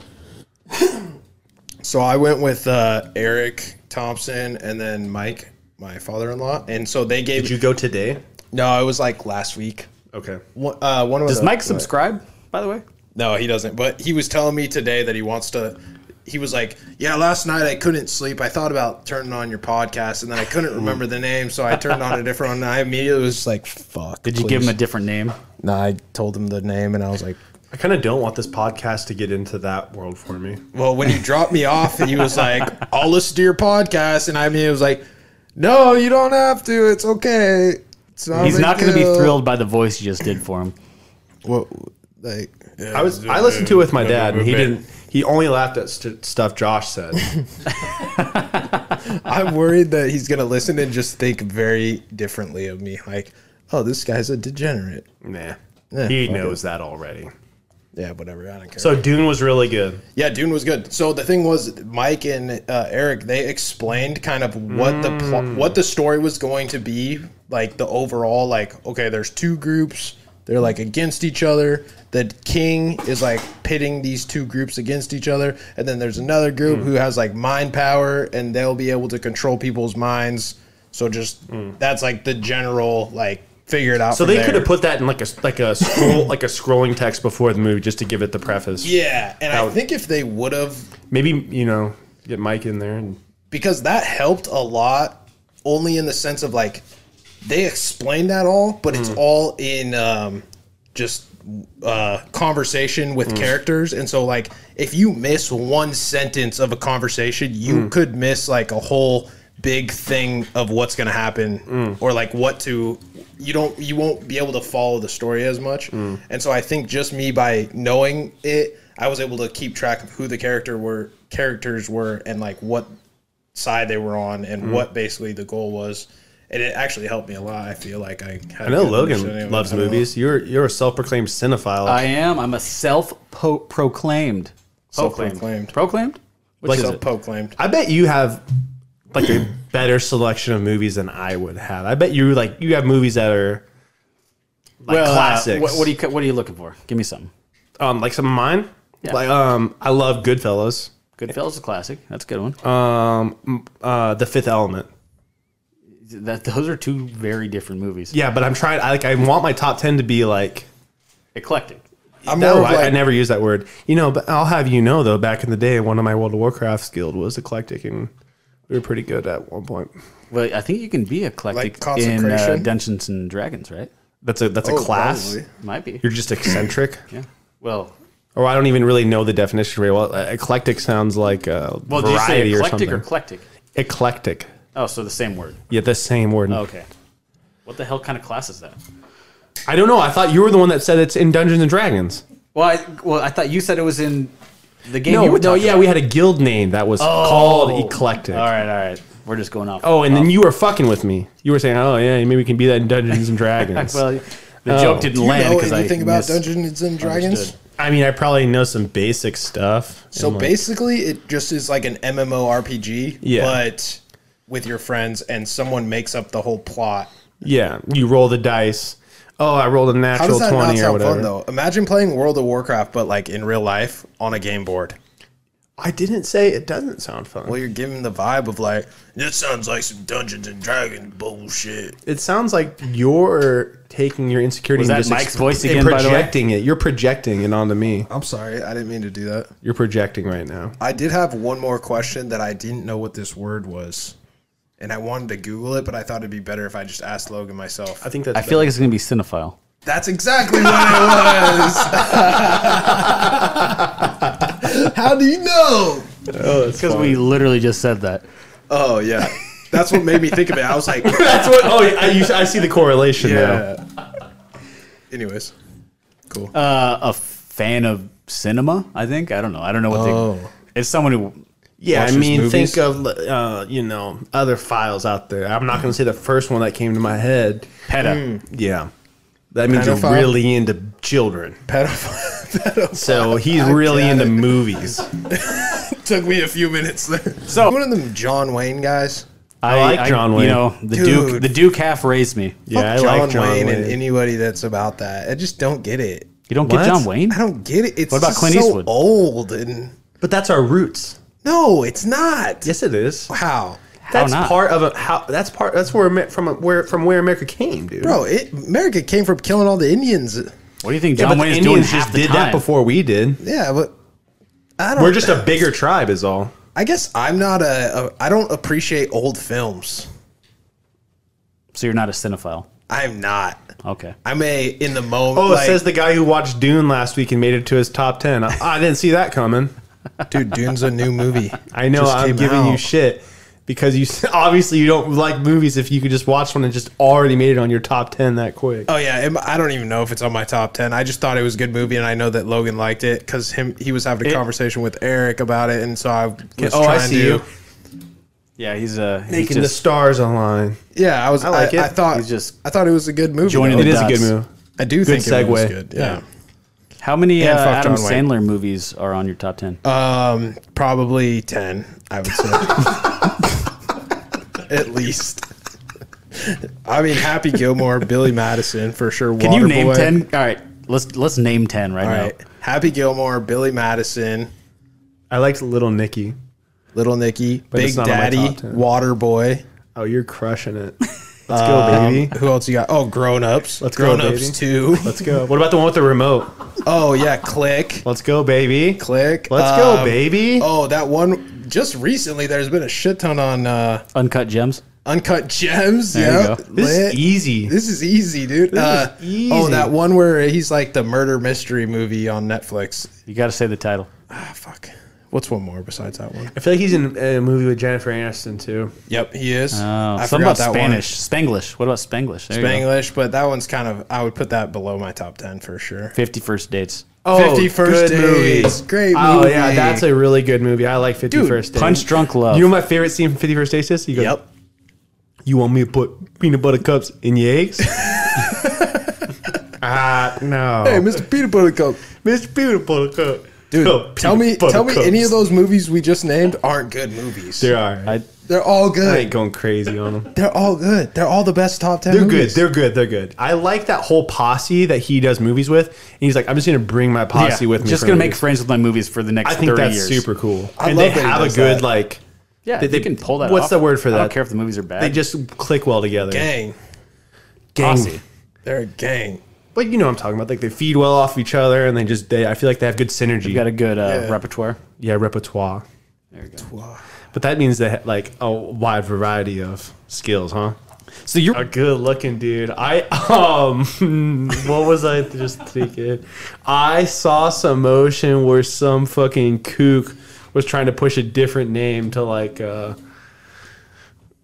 A: So I went with uh, Eric Thompson and then Mike, my father-in-law, and so they gave.
B: Did you go today?
A: no, it was like last week.
B: Okay.
A: One, uh, one of
E: Does
A: the-
E: Mike subscribe, by the way?
A: No, he doesn't. But he was telling me today that he wants to. He was like, "Yeah, last night I couldn't sleep. I thought about turning on your podcast, and then I couldn't remember the name, so I turned on a different one. And I immediately was just like, fuck.
E: Did you give him a different name?
A: No, I told him the name, and I was like,
B: I kind of don't want this podcast to get into that world for me.
A: well, when you dropped me off, he was like, I'll listen to your podcast, and I mean, it was like, no, you don't have to. It's okay. It's not a
E: He's
A: big
E: not going to be
A: deal."
E: thrilled by the voice you just did for him.
A: What, like, yeah,
B: I was I listened to it with my dad, and he didn't. He only laughed at st- stuff Josh said.
A: I'm worried that he's gonna listen and just think very differently of me. Like, oh, this guy's a degenerate.
B: nah,
A: Yeah,
B: he
A: fuck
B: knows that already.
A: Yeah, whatever. I don't care.
B: So Dune was really good.
A: yeah, Dune was good. So the thing was, Mike and uh, Eric they explained kind of what the
B: Mm.
A: pl- what the story was going to be, like the overall, like okay, there's two groups. They're like against each other. The king is like pitting these two groups against each other, and then there's another group
B: Mm.
A: who has like mind power, and they'll be able to control people's minds. So just that's like the general like figure it out.
B: Mm. So
A: from
B: they
A: there.
B: could have put that in like a like a scroll like a scrolling text before the movie just to give it the preface.
A: yeah, and I
B: would-
A: think if they would have
B: Maybe you know get Mike in there and
A: because that helped a lot only in the sense of like they explained that all but it's all in um, just uh, conversation
B: Mm.
A: with characters and so like if you miss one sentence of a conversation you
B: Mm.
A: could miss like a whole big thing of what's going to happen
B: Mm.
A: or like what to you don't you won't be able to follow the story as much
B: Mm.
A: and so i think just me by knowing it i was able to keep track of who the character were characters were and like what side they were on
B: Mm.
A: and what basically the goal was. And it actually helped me a lot. I feel like I had
B: I know Logan loves movies. You're you're a self proclaimed cinephile.
E: I am. I'm a self-proclaimed.
A: Self-proclaimed.
E: Proclaimed?
A: Like
B: is
A: so
B: it?
A: proclaimed.
B: I bet you have like a better selection of movies than I would have. I bet you like you have movies that are like
E: Well, uh,
B: classics.
E: what, what are you co- What are you looking for? Give me something.
B: um like some of mine?
E: Yeah.
B: Like um I love Goodfellas.
E: Goodfellas is a classic. That's a good one.
B: Um uh The Fifth Element.
E: that those are two very different movies.
B: Yeah, but I'm trying I like I want my top 10 to be like
E: Eclectic.
A: I'm
B: No,
A: more of
B: I, I
A: like,
B: never use that word. You know, but I'll have you know though, back in the day, one of my World of Warcraft guild was eclectic, and we were pretty good at one point.
E: Well, I think you can be
A: Like
E: eclectic in uh,
A: Consecration?
E: Dungeons and Dragons, right?
B: That's a that's a
A: Oh,
B: class.
A: probably.
E: Might be.
B: You're just eccentric,
E: Yeah. Well,
B: or I don't even really know the definition very well. Uh, Eclectic sounds like uh,
E: well, did you say
B: variety or
E: eclectic
B: something. Hmm.
E: or, eclectic?
B: eclectic,
E: Oh, so the same word.
B: yeah, the same word.
E: Okay. What the hell kind of class is that?
B: I don't know. I thought you were the one that said it's in Dungeons and Dragons.
E: Well, I, well, I thought you said it was in the game.
B: no,
E: you were
B: no,
E: talking
B: yeah, we had a guild name that was called eclectic.
E: about. All right, all right. We're just going off.
B: Oh, and then
E: off-
B: you were fucking with me. You were saying, "Oh yeah, maybe we can be that in Dungeons and Dragons."
E: Well, the
B: Oh.
E: joke didn't
A: you
E: land
A: know
E: because I
A: anything about
E: missed-
A: Dungeons and Dragons?
E: Understood.
B: I mean, I probably know some basic stuff.
A: So
B: And, like,
A: basically, it just is like an MMORPG,
B: Yeah.
A: but with your friends, and someone makes up the whole plot.
B: yeah, you roll the dice. Oh, I rolled a
A: How
B: natural
A: does that not
B: twenty or
A: sound
B: whatever.
A: fun though? Imagine playing World of Warcraft, but like in real life on a game board.
B: I didn't say it doesn't sound fun.
A: Well, you're giving the vibe of like this sounds like some Dungeons and Dragons bullshit.
B: it sounds like you're taking your insecurity.
E: Was
B: and
E: that
B: just
E: Mike's
B: ex-
E: voice
B: and
E: again, by the way?
B: Projecting it. You're projecting it onto me.
A: I'm sorry, I didn't mean to do that.
B: You're projecting right now.
A: I did have one more question that I didn't know what this word was, and I wanted to Google it, but I thought it'd be better if I just asked Logan myself.
B: I think that's.
E: I feel like it's going to be cinephile.
A: That's exactly what it was. How do you know?
E: Because we literally just said that.
A: Oh yeah, that's what made me think of it. I was like,
B: that's what. Oh, yeah, I, you, I see the correlation now.
A: yeah. Anyways,
E: Uh, a fan of cinema, I think. I don't know. I don't know what they. It's someone who.
B: Yeah,
E: watches
B: I mean,
E: movies.
B: think of uh, you know other files out there. I'm not going to say the first one that came to my head.
E: Peta.
B: Yeah, that means
A: Pedophile?
B: you're really into children.
A: pedophile. pedophile.
B: So he's really
A: got
B: into
A: it.
B: movies.
A: Took me a few minutes there.
E: So-
A: one of them John Wayne guys.
E: I,
B: like John Wayne.
E: You know, the Duke.
A: Dude.
E: The Duke half raised me.
B: Yeah,
A: John,
B: I like John Wayne.
A: Wayne, and anybody that's about that. I just don't get it.
E: You don't
B: What?
E: get John Wayne.
A: I don't get it. It's
E: about
A: just
E: Clint
A: so
E: Eastwood?
A: old and
B: but that's our roots.
A: no, it's not.
B: Yes, it is.
A: How,
B: That's
E: not?
B: part of a how. That's part. That's where Amer- from where from where America came, dude.
A: bro? It America came from killing all the Indians.
E: What do you think
B: yeah,
E: John
B: but
E: Wayne
B: the
E: is doing?
B: Indians
E: Half
B: just
E: the
B: did
E: time?
B: that before we did.
A: Yeah, but I don't.
B: We're just a bigger tribe, is all.
A: I guess I'm not a. a I don't appreciate old films.
E: So you're not a cinephile.
A: I'm not.
E: Okay.
A: I'm a in the moment.
B: Oh,
A: like,
B: says the guy who watched Dune last week and made it to his top ten. I, I didn't see that coming.
A: dude, Dune's a new movie.
B: I know
A: Just
B: I'm
A: came
B: giving you
A: out.
B: shit because you s- obviously you don't like movies if you could just watch one and just already made it on your top ten that quick.
A: Oh yeah, it- I don't even know if it's on my top ten. I just thought it was a good movie, and I know that Logan liked it because him he was having a conversation with Eric about it, and so I was
B: oh,
A: trying
B: I see
A: to.
B: you
E: Yeah, he's uh, he's
B: making the
E: just
B: stars align.
A: Yeah, I was. I
B: like
A: I,
B: it.
A: thought
E: He's just
A: I thought it was a good movie.
E: joining
A: though.
B: It is a
E: dots.
B: good move.
A: I do think it was
B: segue.
A: good. Yeah.
E: How many
A: And
E: uh,
A: fuck
E: Adam
A: John Wayne.
E: Sandler movies are on your top ten?
A: Um, probably ten. I would say at least. I mean, Happy Gilmore, Billy Madison for sure.
E: Can you name
A: Waterboy.
E: ten? All right, let's let's name ten right
A: All
E: now.
A: right, Happy Gilmore, Billy Madison,
B: I liked Little Nicky.
A: Little Nicky, Big
B: it's not on my
A: Daddy,
B: top ten.
A: Waterboy.
B: Oh, you're crushing it. Um, Let's go, baby.
A: Who else you got? Oh, Grown Ups. Let's
B: go,
A: Grown Ups
B: baby.
A: too.
B: Let's go. What about the one with the remote?
A: Oh yeah, Click,
B: Let's go, baby.
A: Click.
B: Let's
A: Um,
B: go, baby.
A: Oh, that one. Just recently, there's been a shit ton on uh,
E: Uncut gems.
A: Uncut Gems.
E: There you
A: yeah,
E: go.
B: This is easy.
A: This is easy, dude. uh, Oh,
B: easy.
A: that one where he's like the murder mystery movie on Netflix.
E: You got to say the title.
A: Ah, fuck. What's one more besides that one?
B: I feel like he's in a movie with Jennifer Aniston too.
A: Yep, he is.
E: Oh,
A: I
E: something
A: forgot that
E: about Spanish, Spanglish. What about Spanglish? There
A: one. Spanglish, but that one's kind of. I would put that below my top ten for sure.
E: Fifty first dates.
B: Oh,
A: Fifty First Days,
B: movie.
A: great
B: Oh
A: movie.
B: yeah, that's a really good movie. I like Fifty
A: Dude,
B: First Days.
E: Punch drunk love.
B: You know what my favorite scene from Fifty First Days is? You go,
A: Yep.
B: You want me to put peanut butter cups in your eggs? Ah, no.
A: Hey, Mr. Peter Buttercup.
B: Mr. Peanut Butter Cup.
A: Dude,
B: Oh,
A: tell me,
B: peanut butter
A: tell me,
B: cups.
A: any of those movies we just named aren't good movies.
B: They are. I,
A: They're all good.
B: ain't going crazy on them.
A: They're all good. They're all the best top ten.
B: They're good.
A: movies.
B: They're good. They're good. I like that whole posse that he does movies with. And he's like, I'm just gonna bring my
E: Yeah,
B: posse with me.
E: just
B: for
E: gonna make
B: movies."
E: friends with my movies for the next
B: I think
E: thirty
B: that's
E: years.
B: super cool.
A: I
B: and
A: love
B: they
A: that he
B: have a
A: does
B: good
A: that.
B: like.
E: Yeah,
B: They-
E: they,
B: they-
E: can pull that.
B: what's
E: off.
B: the word for
E: I
B: that?
E: don't care if the movies are bad.
B: They just click well together.
A: gang.
B: Gang.
E: Posse.
A: They're a gang.
B: But you know what I'm talking about. Like they feed well off each other, and they just they. I feel like they have good synergy.
E: You got a good uh,
A: Yeah.
E: repertoire.
B: yeah repertoire.
E: There you go.
B: But that means they have like a wide variety of skills, huh?
E: So you're
B: A good looking dude. I um, what was I just thinking? I saw some motion where some fucking kook was trying to push a different name to like, uh,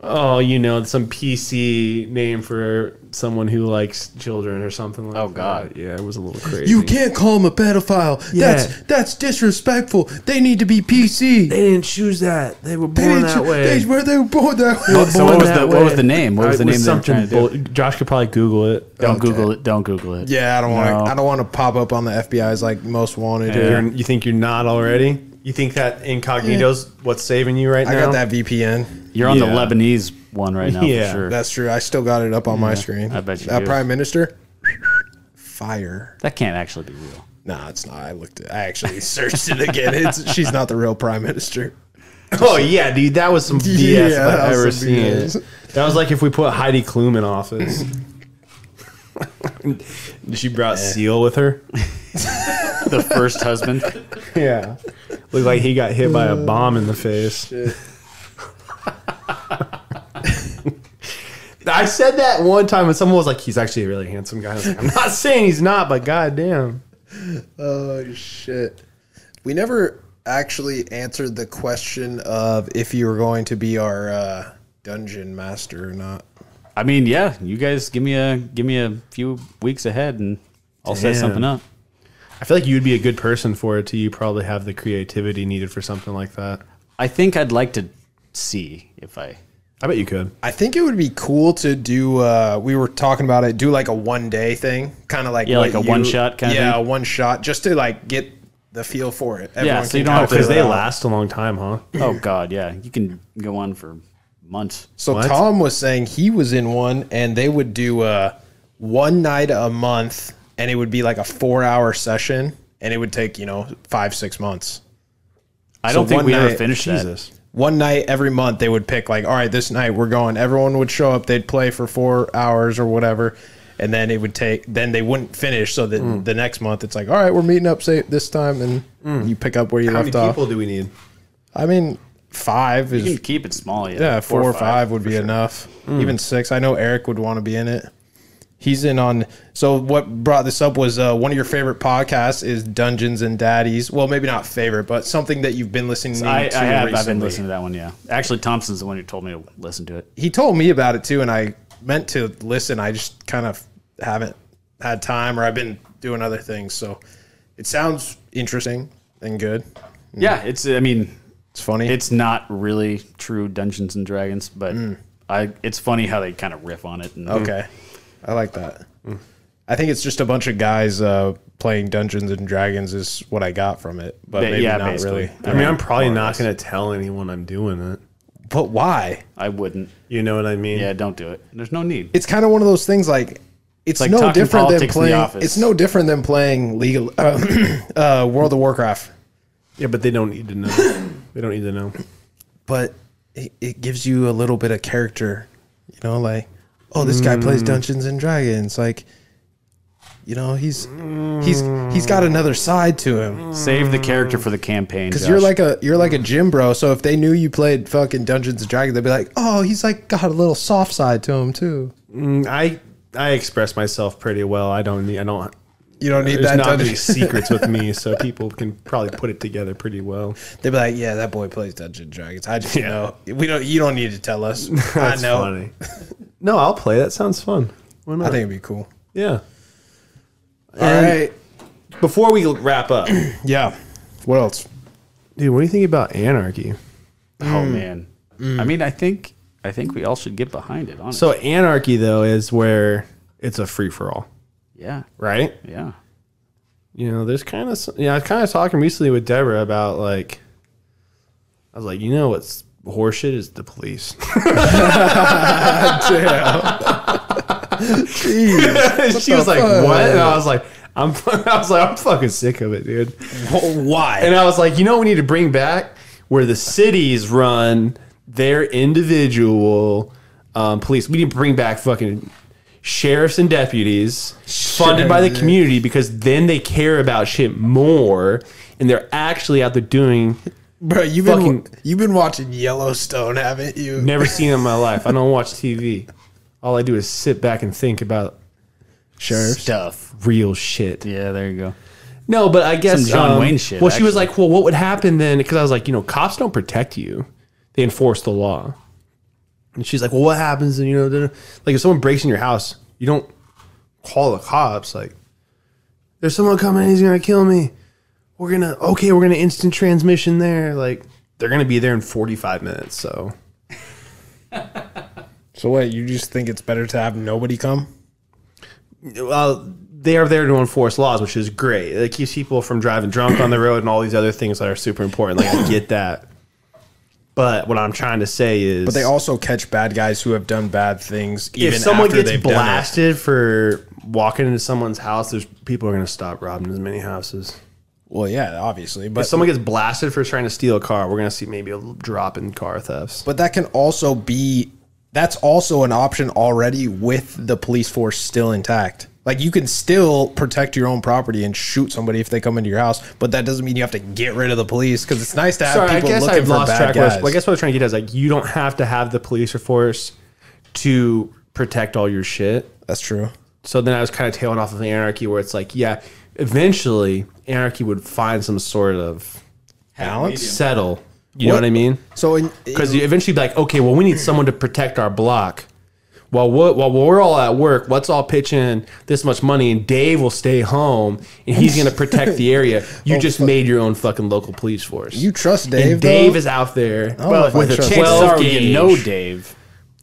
B: oh, you know, some PC name for someone who likes children or something like.
E: Oh,
B: that.
E: God.
B: yeah, it was a little crazy.
A: You can't call him a pedophile. That's
B: Yeah.
A: that's disrespectful. They need to be PC.
B: They didn't choose that. They were born
A: They-
B: that way.
A: They were, they were born that way.
E: so what was the what was the name? What was the name they were trying to do?
B: Josh could probably Google it.
E: Don't Google it. Don't Google it.
A: Yeah, I don't want to.
E: No.
A: I don't want to pop up on the FBI's like most wanted.
B: You're, you think you're not already? You think that incognito's what's saving you right
A: I
B: now?
A: got that VPN.
E: You're on
B: Yeah.
E: the Lebanese one right now
B: Yeah.
E: for sure.
A: That's true. I still got it up on my screen.
E: I bet you
A: That
E: do.
A: prime minister. Fire.
E: that can't actually be real.
A: Nah, it's not. I looked. At, I actually searched it again. It's she's not the real prime minister.
B: Oh yeah, dude, that was some BS
A: Yeah,
B: that
A: that
B: I've
A: was
B: ever
A: some
B: seen.
A: BS.
B: That was like if we put Heidi Klum in office. she brought Seal with her.
E: The first husband.
B: Yeah, looked like he got hit by a bomb in the face. I said that one time, and someone was like, "He's actually a really handsome guy." I was like, I'm not saying he's not, but goddamn.
A: Oh shit. We never actually answered the question of if you were going to be our uh, dungeon master or not.
E: I mean, yeah, you guys give me a give me a few weeks ahead and I'll set
B: Damn.
E: something up.
B: I feel like you'd be a good person for it. To you probably have the creativity needed for something like that.
E: I think I'd like to see if I
B: I bet you could.
A: I think it would be cool to do. Uh, we were talking about it. Do like a one day thing, kind of like
E: Yeah, like
A: what
E: a one-shot kinda
A: Yeah,
E: thing?
A: a one shot, just to like get the feel for it. Everyone
E: so
A: can
E: you don't
A: kinda
E: have to-
A: figure
B: Because
A: it
B: they
A: out.
B: last a long time, huh?
E: Oh god, yeah. You can go on for months.
A: So Tom was saying he was in one, and they would do uh, one night a month, and it would be like a four hour session, and it would take you know five six months.
E: I
A: So
E: don't think
A: one
E: we ever
A: night-
E: finished
B: Jesus.
A: one night every month they would pick like all right this night we're going everyone would show up they'd play for four hours or whatever and then it would take then they wouldn't finish so then the next month it's like all right we're meeting up say this time and you pick up where you
B: How many
A: left off
B: people do we need?
A: i mean five
E: that. You
A: is
E: can keep it small, yeah.
A: yeah four, or five, would be enough even six i know eric would want to be in it he's in on so what brought this up was uh, one of your favorite podcasts is dungeons and daddies well maybe not favorite but something that you've been listening to
E: I, I have I've been
A: recently.
E: listening to that one, yeah. Actually Thompson's the one who told me to listen to it.
A: he told me about it too, and I meant to listen. I just kind of haven't had time, or I've been doing other things. So it sounds interesting and good.
E: Yeah, it's I mean,
A: It's funny.
E: it's not really true Dungeons and Dragons, but I it's funny how they kind of riff on it and
A: Mm. okay. I like that. I think it's just a bunch of guys uh, playing Dungeons and Dragons is what I got from it, but
E: Yeah,
A: maybe
E: yeah,
A: not
E: basically.
A: really.
B: I mean, I'm probably not going to tell anyone I'm doing it.
A: But why?
E: I wouldn't.
B: You know what I mean?
E: Yeah, don't do it. There's no need.
A: It's kind of one of those things like it's
E: like
A: no
E: talking
A: different than
E: politics in the
A: playing.
E: office.
A: It's no different than playing League of, uh, uh, World of Warcraft.
B: Yeah, but they don't need to know. they don't need to know.
A: but it, it gives you a little bit of character. You know, like, oh, this guy
B: Mm.
A: plays Dungeons and Dragons. Like, you know, he's he's he's got another side to
B: Mm.
A: him.
E: Save the character for the campaign.
A: Because you're
E: Josh.
A: like a you're like a gym bro. So if they knew you played fucking Dungeons and Dragons, they'd be like, oh, he's like got a little soft side to him too.
B: I I express myself pretty well. I don't need. I don't.
A: You don't need
B: There's
A: that.
B: Uh, not
A: Dungeon.
B: many secrets with me, so people can probably put it together pretty well.
A: They'd be like, yeah, that boy plays Dungeons and Dragons. I just know we don't. You don't need to tell us. I
B: That's
A: know.
B: funny. No, I'll play. That sounds fun. Why
A: I
B: not?
A: think it'd be cool.
B: yeah.
A: All right.
B: Before we wrap up, dude,
A: Yeah. What else?
B: what do you think about anarchy?
E: oh
A: mm.
E: man. I mean, I think I think we all should get behind it. Honestly,
B: So anarchy though is where it's a free for all,
E: yeah,
B: right?
E: yeah.
B: you know, there's kind of, yeah, I was kind of talking recently with Deborah about like, I was like, you know what's horseshit is the police. she was like, what? And I was like, I'm, I was like, I'm fucking sick of it, dude.
A: Why?
B: And I was like, you know, what we need to bring back where the cities run their individual um, police. We need to bring back fucking sheriffs and deputies funded by the community because then they care about shit more and they're actually out there doing.
A: Bro, you've been
B: Fucking-
A: you've been watching Yellowstone, haven't you?
B: Never seen it in my life. I don't watch TV. All I do is sit back and think about sheriffs,
E: Stuff.
B: real shit.
E: Yeah, there you go.
B: No, but I guess um,
E: Some John Wayne shit,
B: Well, she was
E: actually.
B: like, "Well, what would happen then?" Because I was like, "You know, cops don't protect you; they enforce the law." And she's like, "Well, what happens?" And you know, da- da- like if someone breaks in your house, you don't call the cops. Like, there's someone coming; he's gonna kill me. We're gonna okay. We're gonna instant transmission there. Like, they're gonna be there in 45 minutes. So
A: So wait, you just think it's better to have nobody come?
B: well, they are there to enforce laws, which is great. It keeps people from driving drunk on the road and all these other things that are super important. Like I get that, but what I'm trying to say is,
A: But they also catch bad guys who have done bad things.
B: if
A: Even
B: someone
A: after
B: gets
A: they've blasted,
B: blasted for walking into someone's house, there's people are going to stop robbing as many houses.
A: well, yeah, obviously,
B: If
A: but
B: someone gets blasted for trying to steal a car, we're going to see maybe a little drop in car thefts.
A: but that can also be that's also an option already with the police force still intact. Like you can still protect your own property and shoot somebody if they come into your house, but that doesn't mean you have to get rid of the police because it's nice to have
B: Sorry, I
A: people
B: guess
A: looking
B: I've
A: for
B: lost
A: bad
B: track. Guys.
A: guys.
B: I guess what I'm trying to get at is like you don't have to have the police or force to protect all your shit.
A: that's true.
B: So then I was kind of tailing off of anarchy, where it's like, yeah, eventually anarchy would find some sort of
A: Balance.
B: settle. You know
A: What-
B: what I mean?
A: So in,
B: Because you eventually be like, okay, well, we need someone to protect our block. While we're, while we're all at work, let's all pitch in this much money, and Dave will stay home, and he's going to protect the area. You just made your own fucking local police force.
A: Oh, you trust Dave?
B: and Dave
A: though?
B: is out there
A: don't know if I
B: with
A: trust
B: a
A: him.
E: Chances
B: twelve
E: are
B: gauge.
E: you know Dave.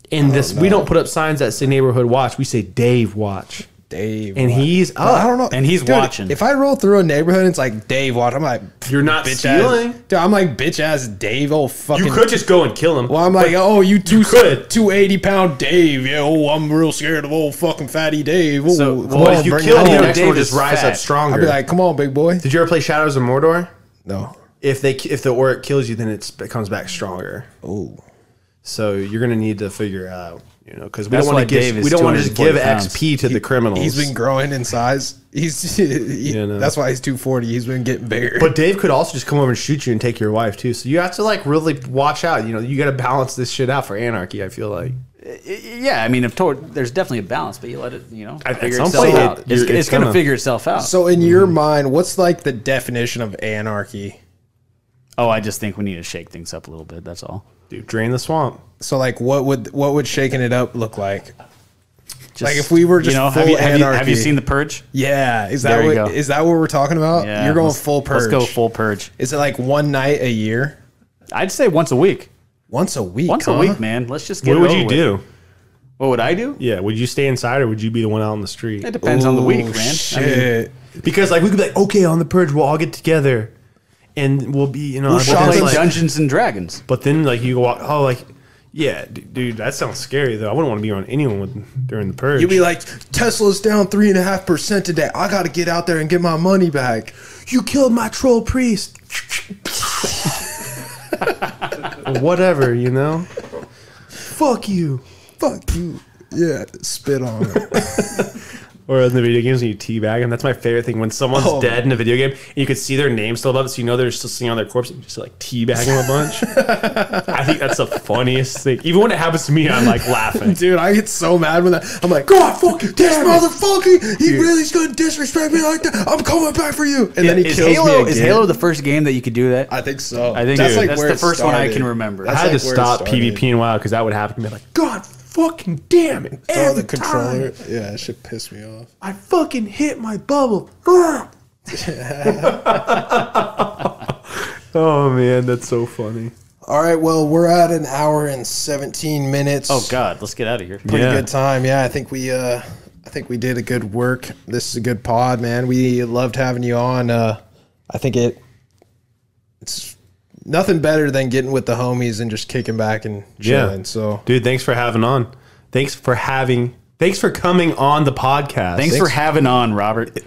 B: and this, we don't put up signs that say neighborhood watch. We say Dave watch,
A: Dave,
B: and
A: what?
B: he's up.
A: I don't know.
E: And he's watching.
A: If I roll through a neighborhood and it's like Dave watch, I'm like,
B: You're not
A: bitch
B: stealing.
A: ass. Dude, I'm like, bitch ass Dave, oh fucking.
B: You could just go and kill him.
A: Well, I'm like, oh, you two
B: could.
A: 280 pound Dave. Yeah, oh, I'm real scared of old fucking fatty Dave. Oh,
E: So,
A: come
E: what
A: on,
E: if
B: you
A: bring
B: kill
A: it
B: him,
A: home.
B: the
E: Dave
B: next one
E: is
B: just rise
E: fat.
B: up stronger.
A: I'd be like, come on, big boy.
B: Did you ever play Shadows of Mordor?
A: No.
B: If they if the orc kills you, then it's, it comes back stronger. Oh, so you're gonna need to figure out, you know, because we
E: That's
B: don't want
E: why
B: to give
E: Dave is
B: we don't want to just give
E: 240 pounds.
B: XP to the criminals.
A: He's been growing in size. He's he-
B: Yeah, no.
A: that's why he's 240. He's been getting bigger.
B: but Dave could also just come over and shoot you and take your wife too. So you have to like really watch out. You know, you got to balance this shit out for anarchy. I feel like
E: Yeah, I mean, if toward, there's definitely a balance, but you let it, you know,
B: At- at
E: figure
B: some
E: itself
B: point,
E: out.
B: it-
E: it's
B: you're- it's
E: going to
B: gonna-
E: figure itself out.
A: so, in your
B: Mm-hmm.
A: mind, what's like the definition of anarchy?
E: oh, I just think we need to shake things up a little bit. That's all.
B: dude, drain the swamp.
A: So, like, what would what would shaking it up look like?
E: Just,
A: Like, if we were just full
E: have, you, have, you, have
A: anarchy.
E: you seen the purge?
A: Yeah, is
E: There
A: that
E: you
A: what
E: go.
A: is that what we're talking about?
E: Yeah,
A: You're going
E: let's-
A: full purge.
E: Let's go full purge.
A: Is it like one night a year?
E: I'd say once a week.
A: Once a week.
E: Once
A: huh?
E: a week, man. Let's just get.
B: What
E: it
B: would
E: over
B: you
E: with.
B: do?
E: What would I do?
B: Yeah, would you stay inside or would you be the one out on the street?
E: It depends on the week, man. I mean,
A: Shit.
B: Because like we could be like, okay, on the purge, we'll all get together, and we'll be you know.
E: Who
B: but
E: shot
B: then,
E: like
B: like-
E: Dungeons and Dragons?
B: But then like you walk, oh like, yeah, d- dude, that sounds scary though. I wouldn't want to be around anyone with, during the purge.
A: You'd be like, Tesla's down three and a half percent today. I got to get out there and get my money back.
K: You killed my troll priest.
B: whatever, you know.
K: Fuck you.
A: Fuck you. Yeah, spit on it.
B: Or in the video games when you teabag them. That's my favorite thing when someone's
A: Oh.
B: dead in a video game and you can see their name still above it, so you know they're still sitting on their corpse and you just like teabag them a bunch. I think that's the funniest thing. Even when it happens to me, I'm like laughing.
A: Dude, I get so mad when that. I'm like, God, fuck this motherfucker. He really's going to disrespect me like that. I'm coming back for you. And then he
E: Is
A: kills me.
E: Halo
A: Again.
E: is Halo the first game that you could do that?
A: I think so.
E: I think that's, the first one I can remember.
A: That's
B: I
A: like
B: had to
A: where it
B: stop
A: started.
B: PvP in a while because that would happen to me. Like,
K: God fucking damn it.
A: Oh,
K: Every
A: the
K: time
A: controller. Yeah, that shit pissed me off.
K: I fucking hit my bubble. Ugh.
B: oh man, that's so funny.
A: All right, well, we're at an hour and 17 minutes.
E: oh God, let's get out of here.
A: pretty
B: Yeah.
A: good time. Yeah, I think we uh I think we did a good work. This is a good pod, man. We loved having you on. Uh I think it it's nothing better than getting with the homies and just kicking back and
B: Yeah.
A: chilling. So
B: Dude, thanks for having on. Thanks for having. Thanks for coming on the podcast.
E: Thanks for having on, Robert.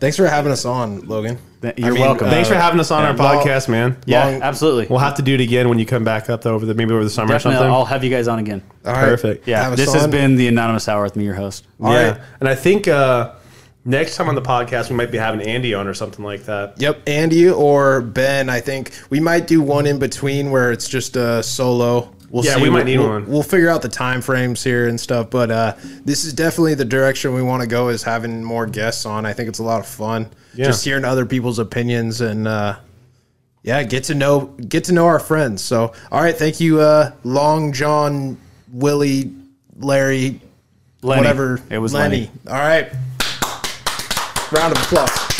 A: thanks for having us on, Logan.
E: Th- You're
A: mean, uh,
E: welcome.
B: Thanks for having us on our
A: well-
B: podcast, man.
E: Yeah,
A: long-
E: absolutely.
B: We'll have to do it again when you come back up though, over the maybe over the summer or
E: Definitely,
B: something.
E: I'll have you guys on again.
A: All right.
B: Perfect.
E: Yeah,
A: Uh, Have us
E: this has
A: on.
E: been the anonymous hour with me, your host.
B: yeah.
A: right.
B: And I think uh, next time on the podcast we might be having Andy on or something like that.
A: Yep, Andy or Ben. I think we might do one in between where it's just a solo. We'll
B: Yeah, we might need
A: We'll-
B: one.
A: We'll figure out the time frames here and stuff, but uh, this is definitely the direction we want to go. Is having more guests on. I think it's a lot of fun.
B: Yeah.
A: Just hearing other people's opinions and uh, yeah, get to know get to know our friends. So, all right, thank you, uh, Long John, Willie, Larry,
E: Lenny.
A: whatever.
E: It was Lenny.
A: Lenny. All right, round of applause.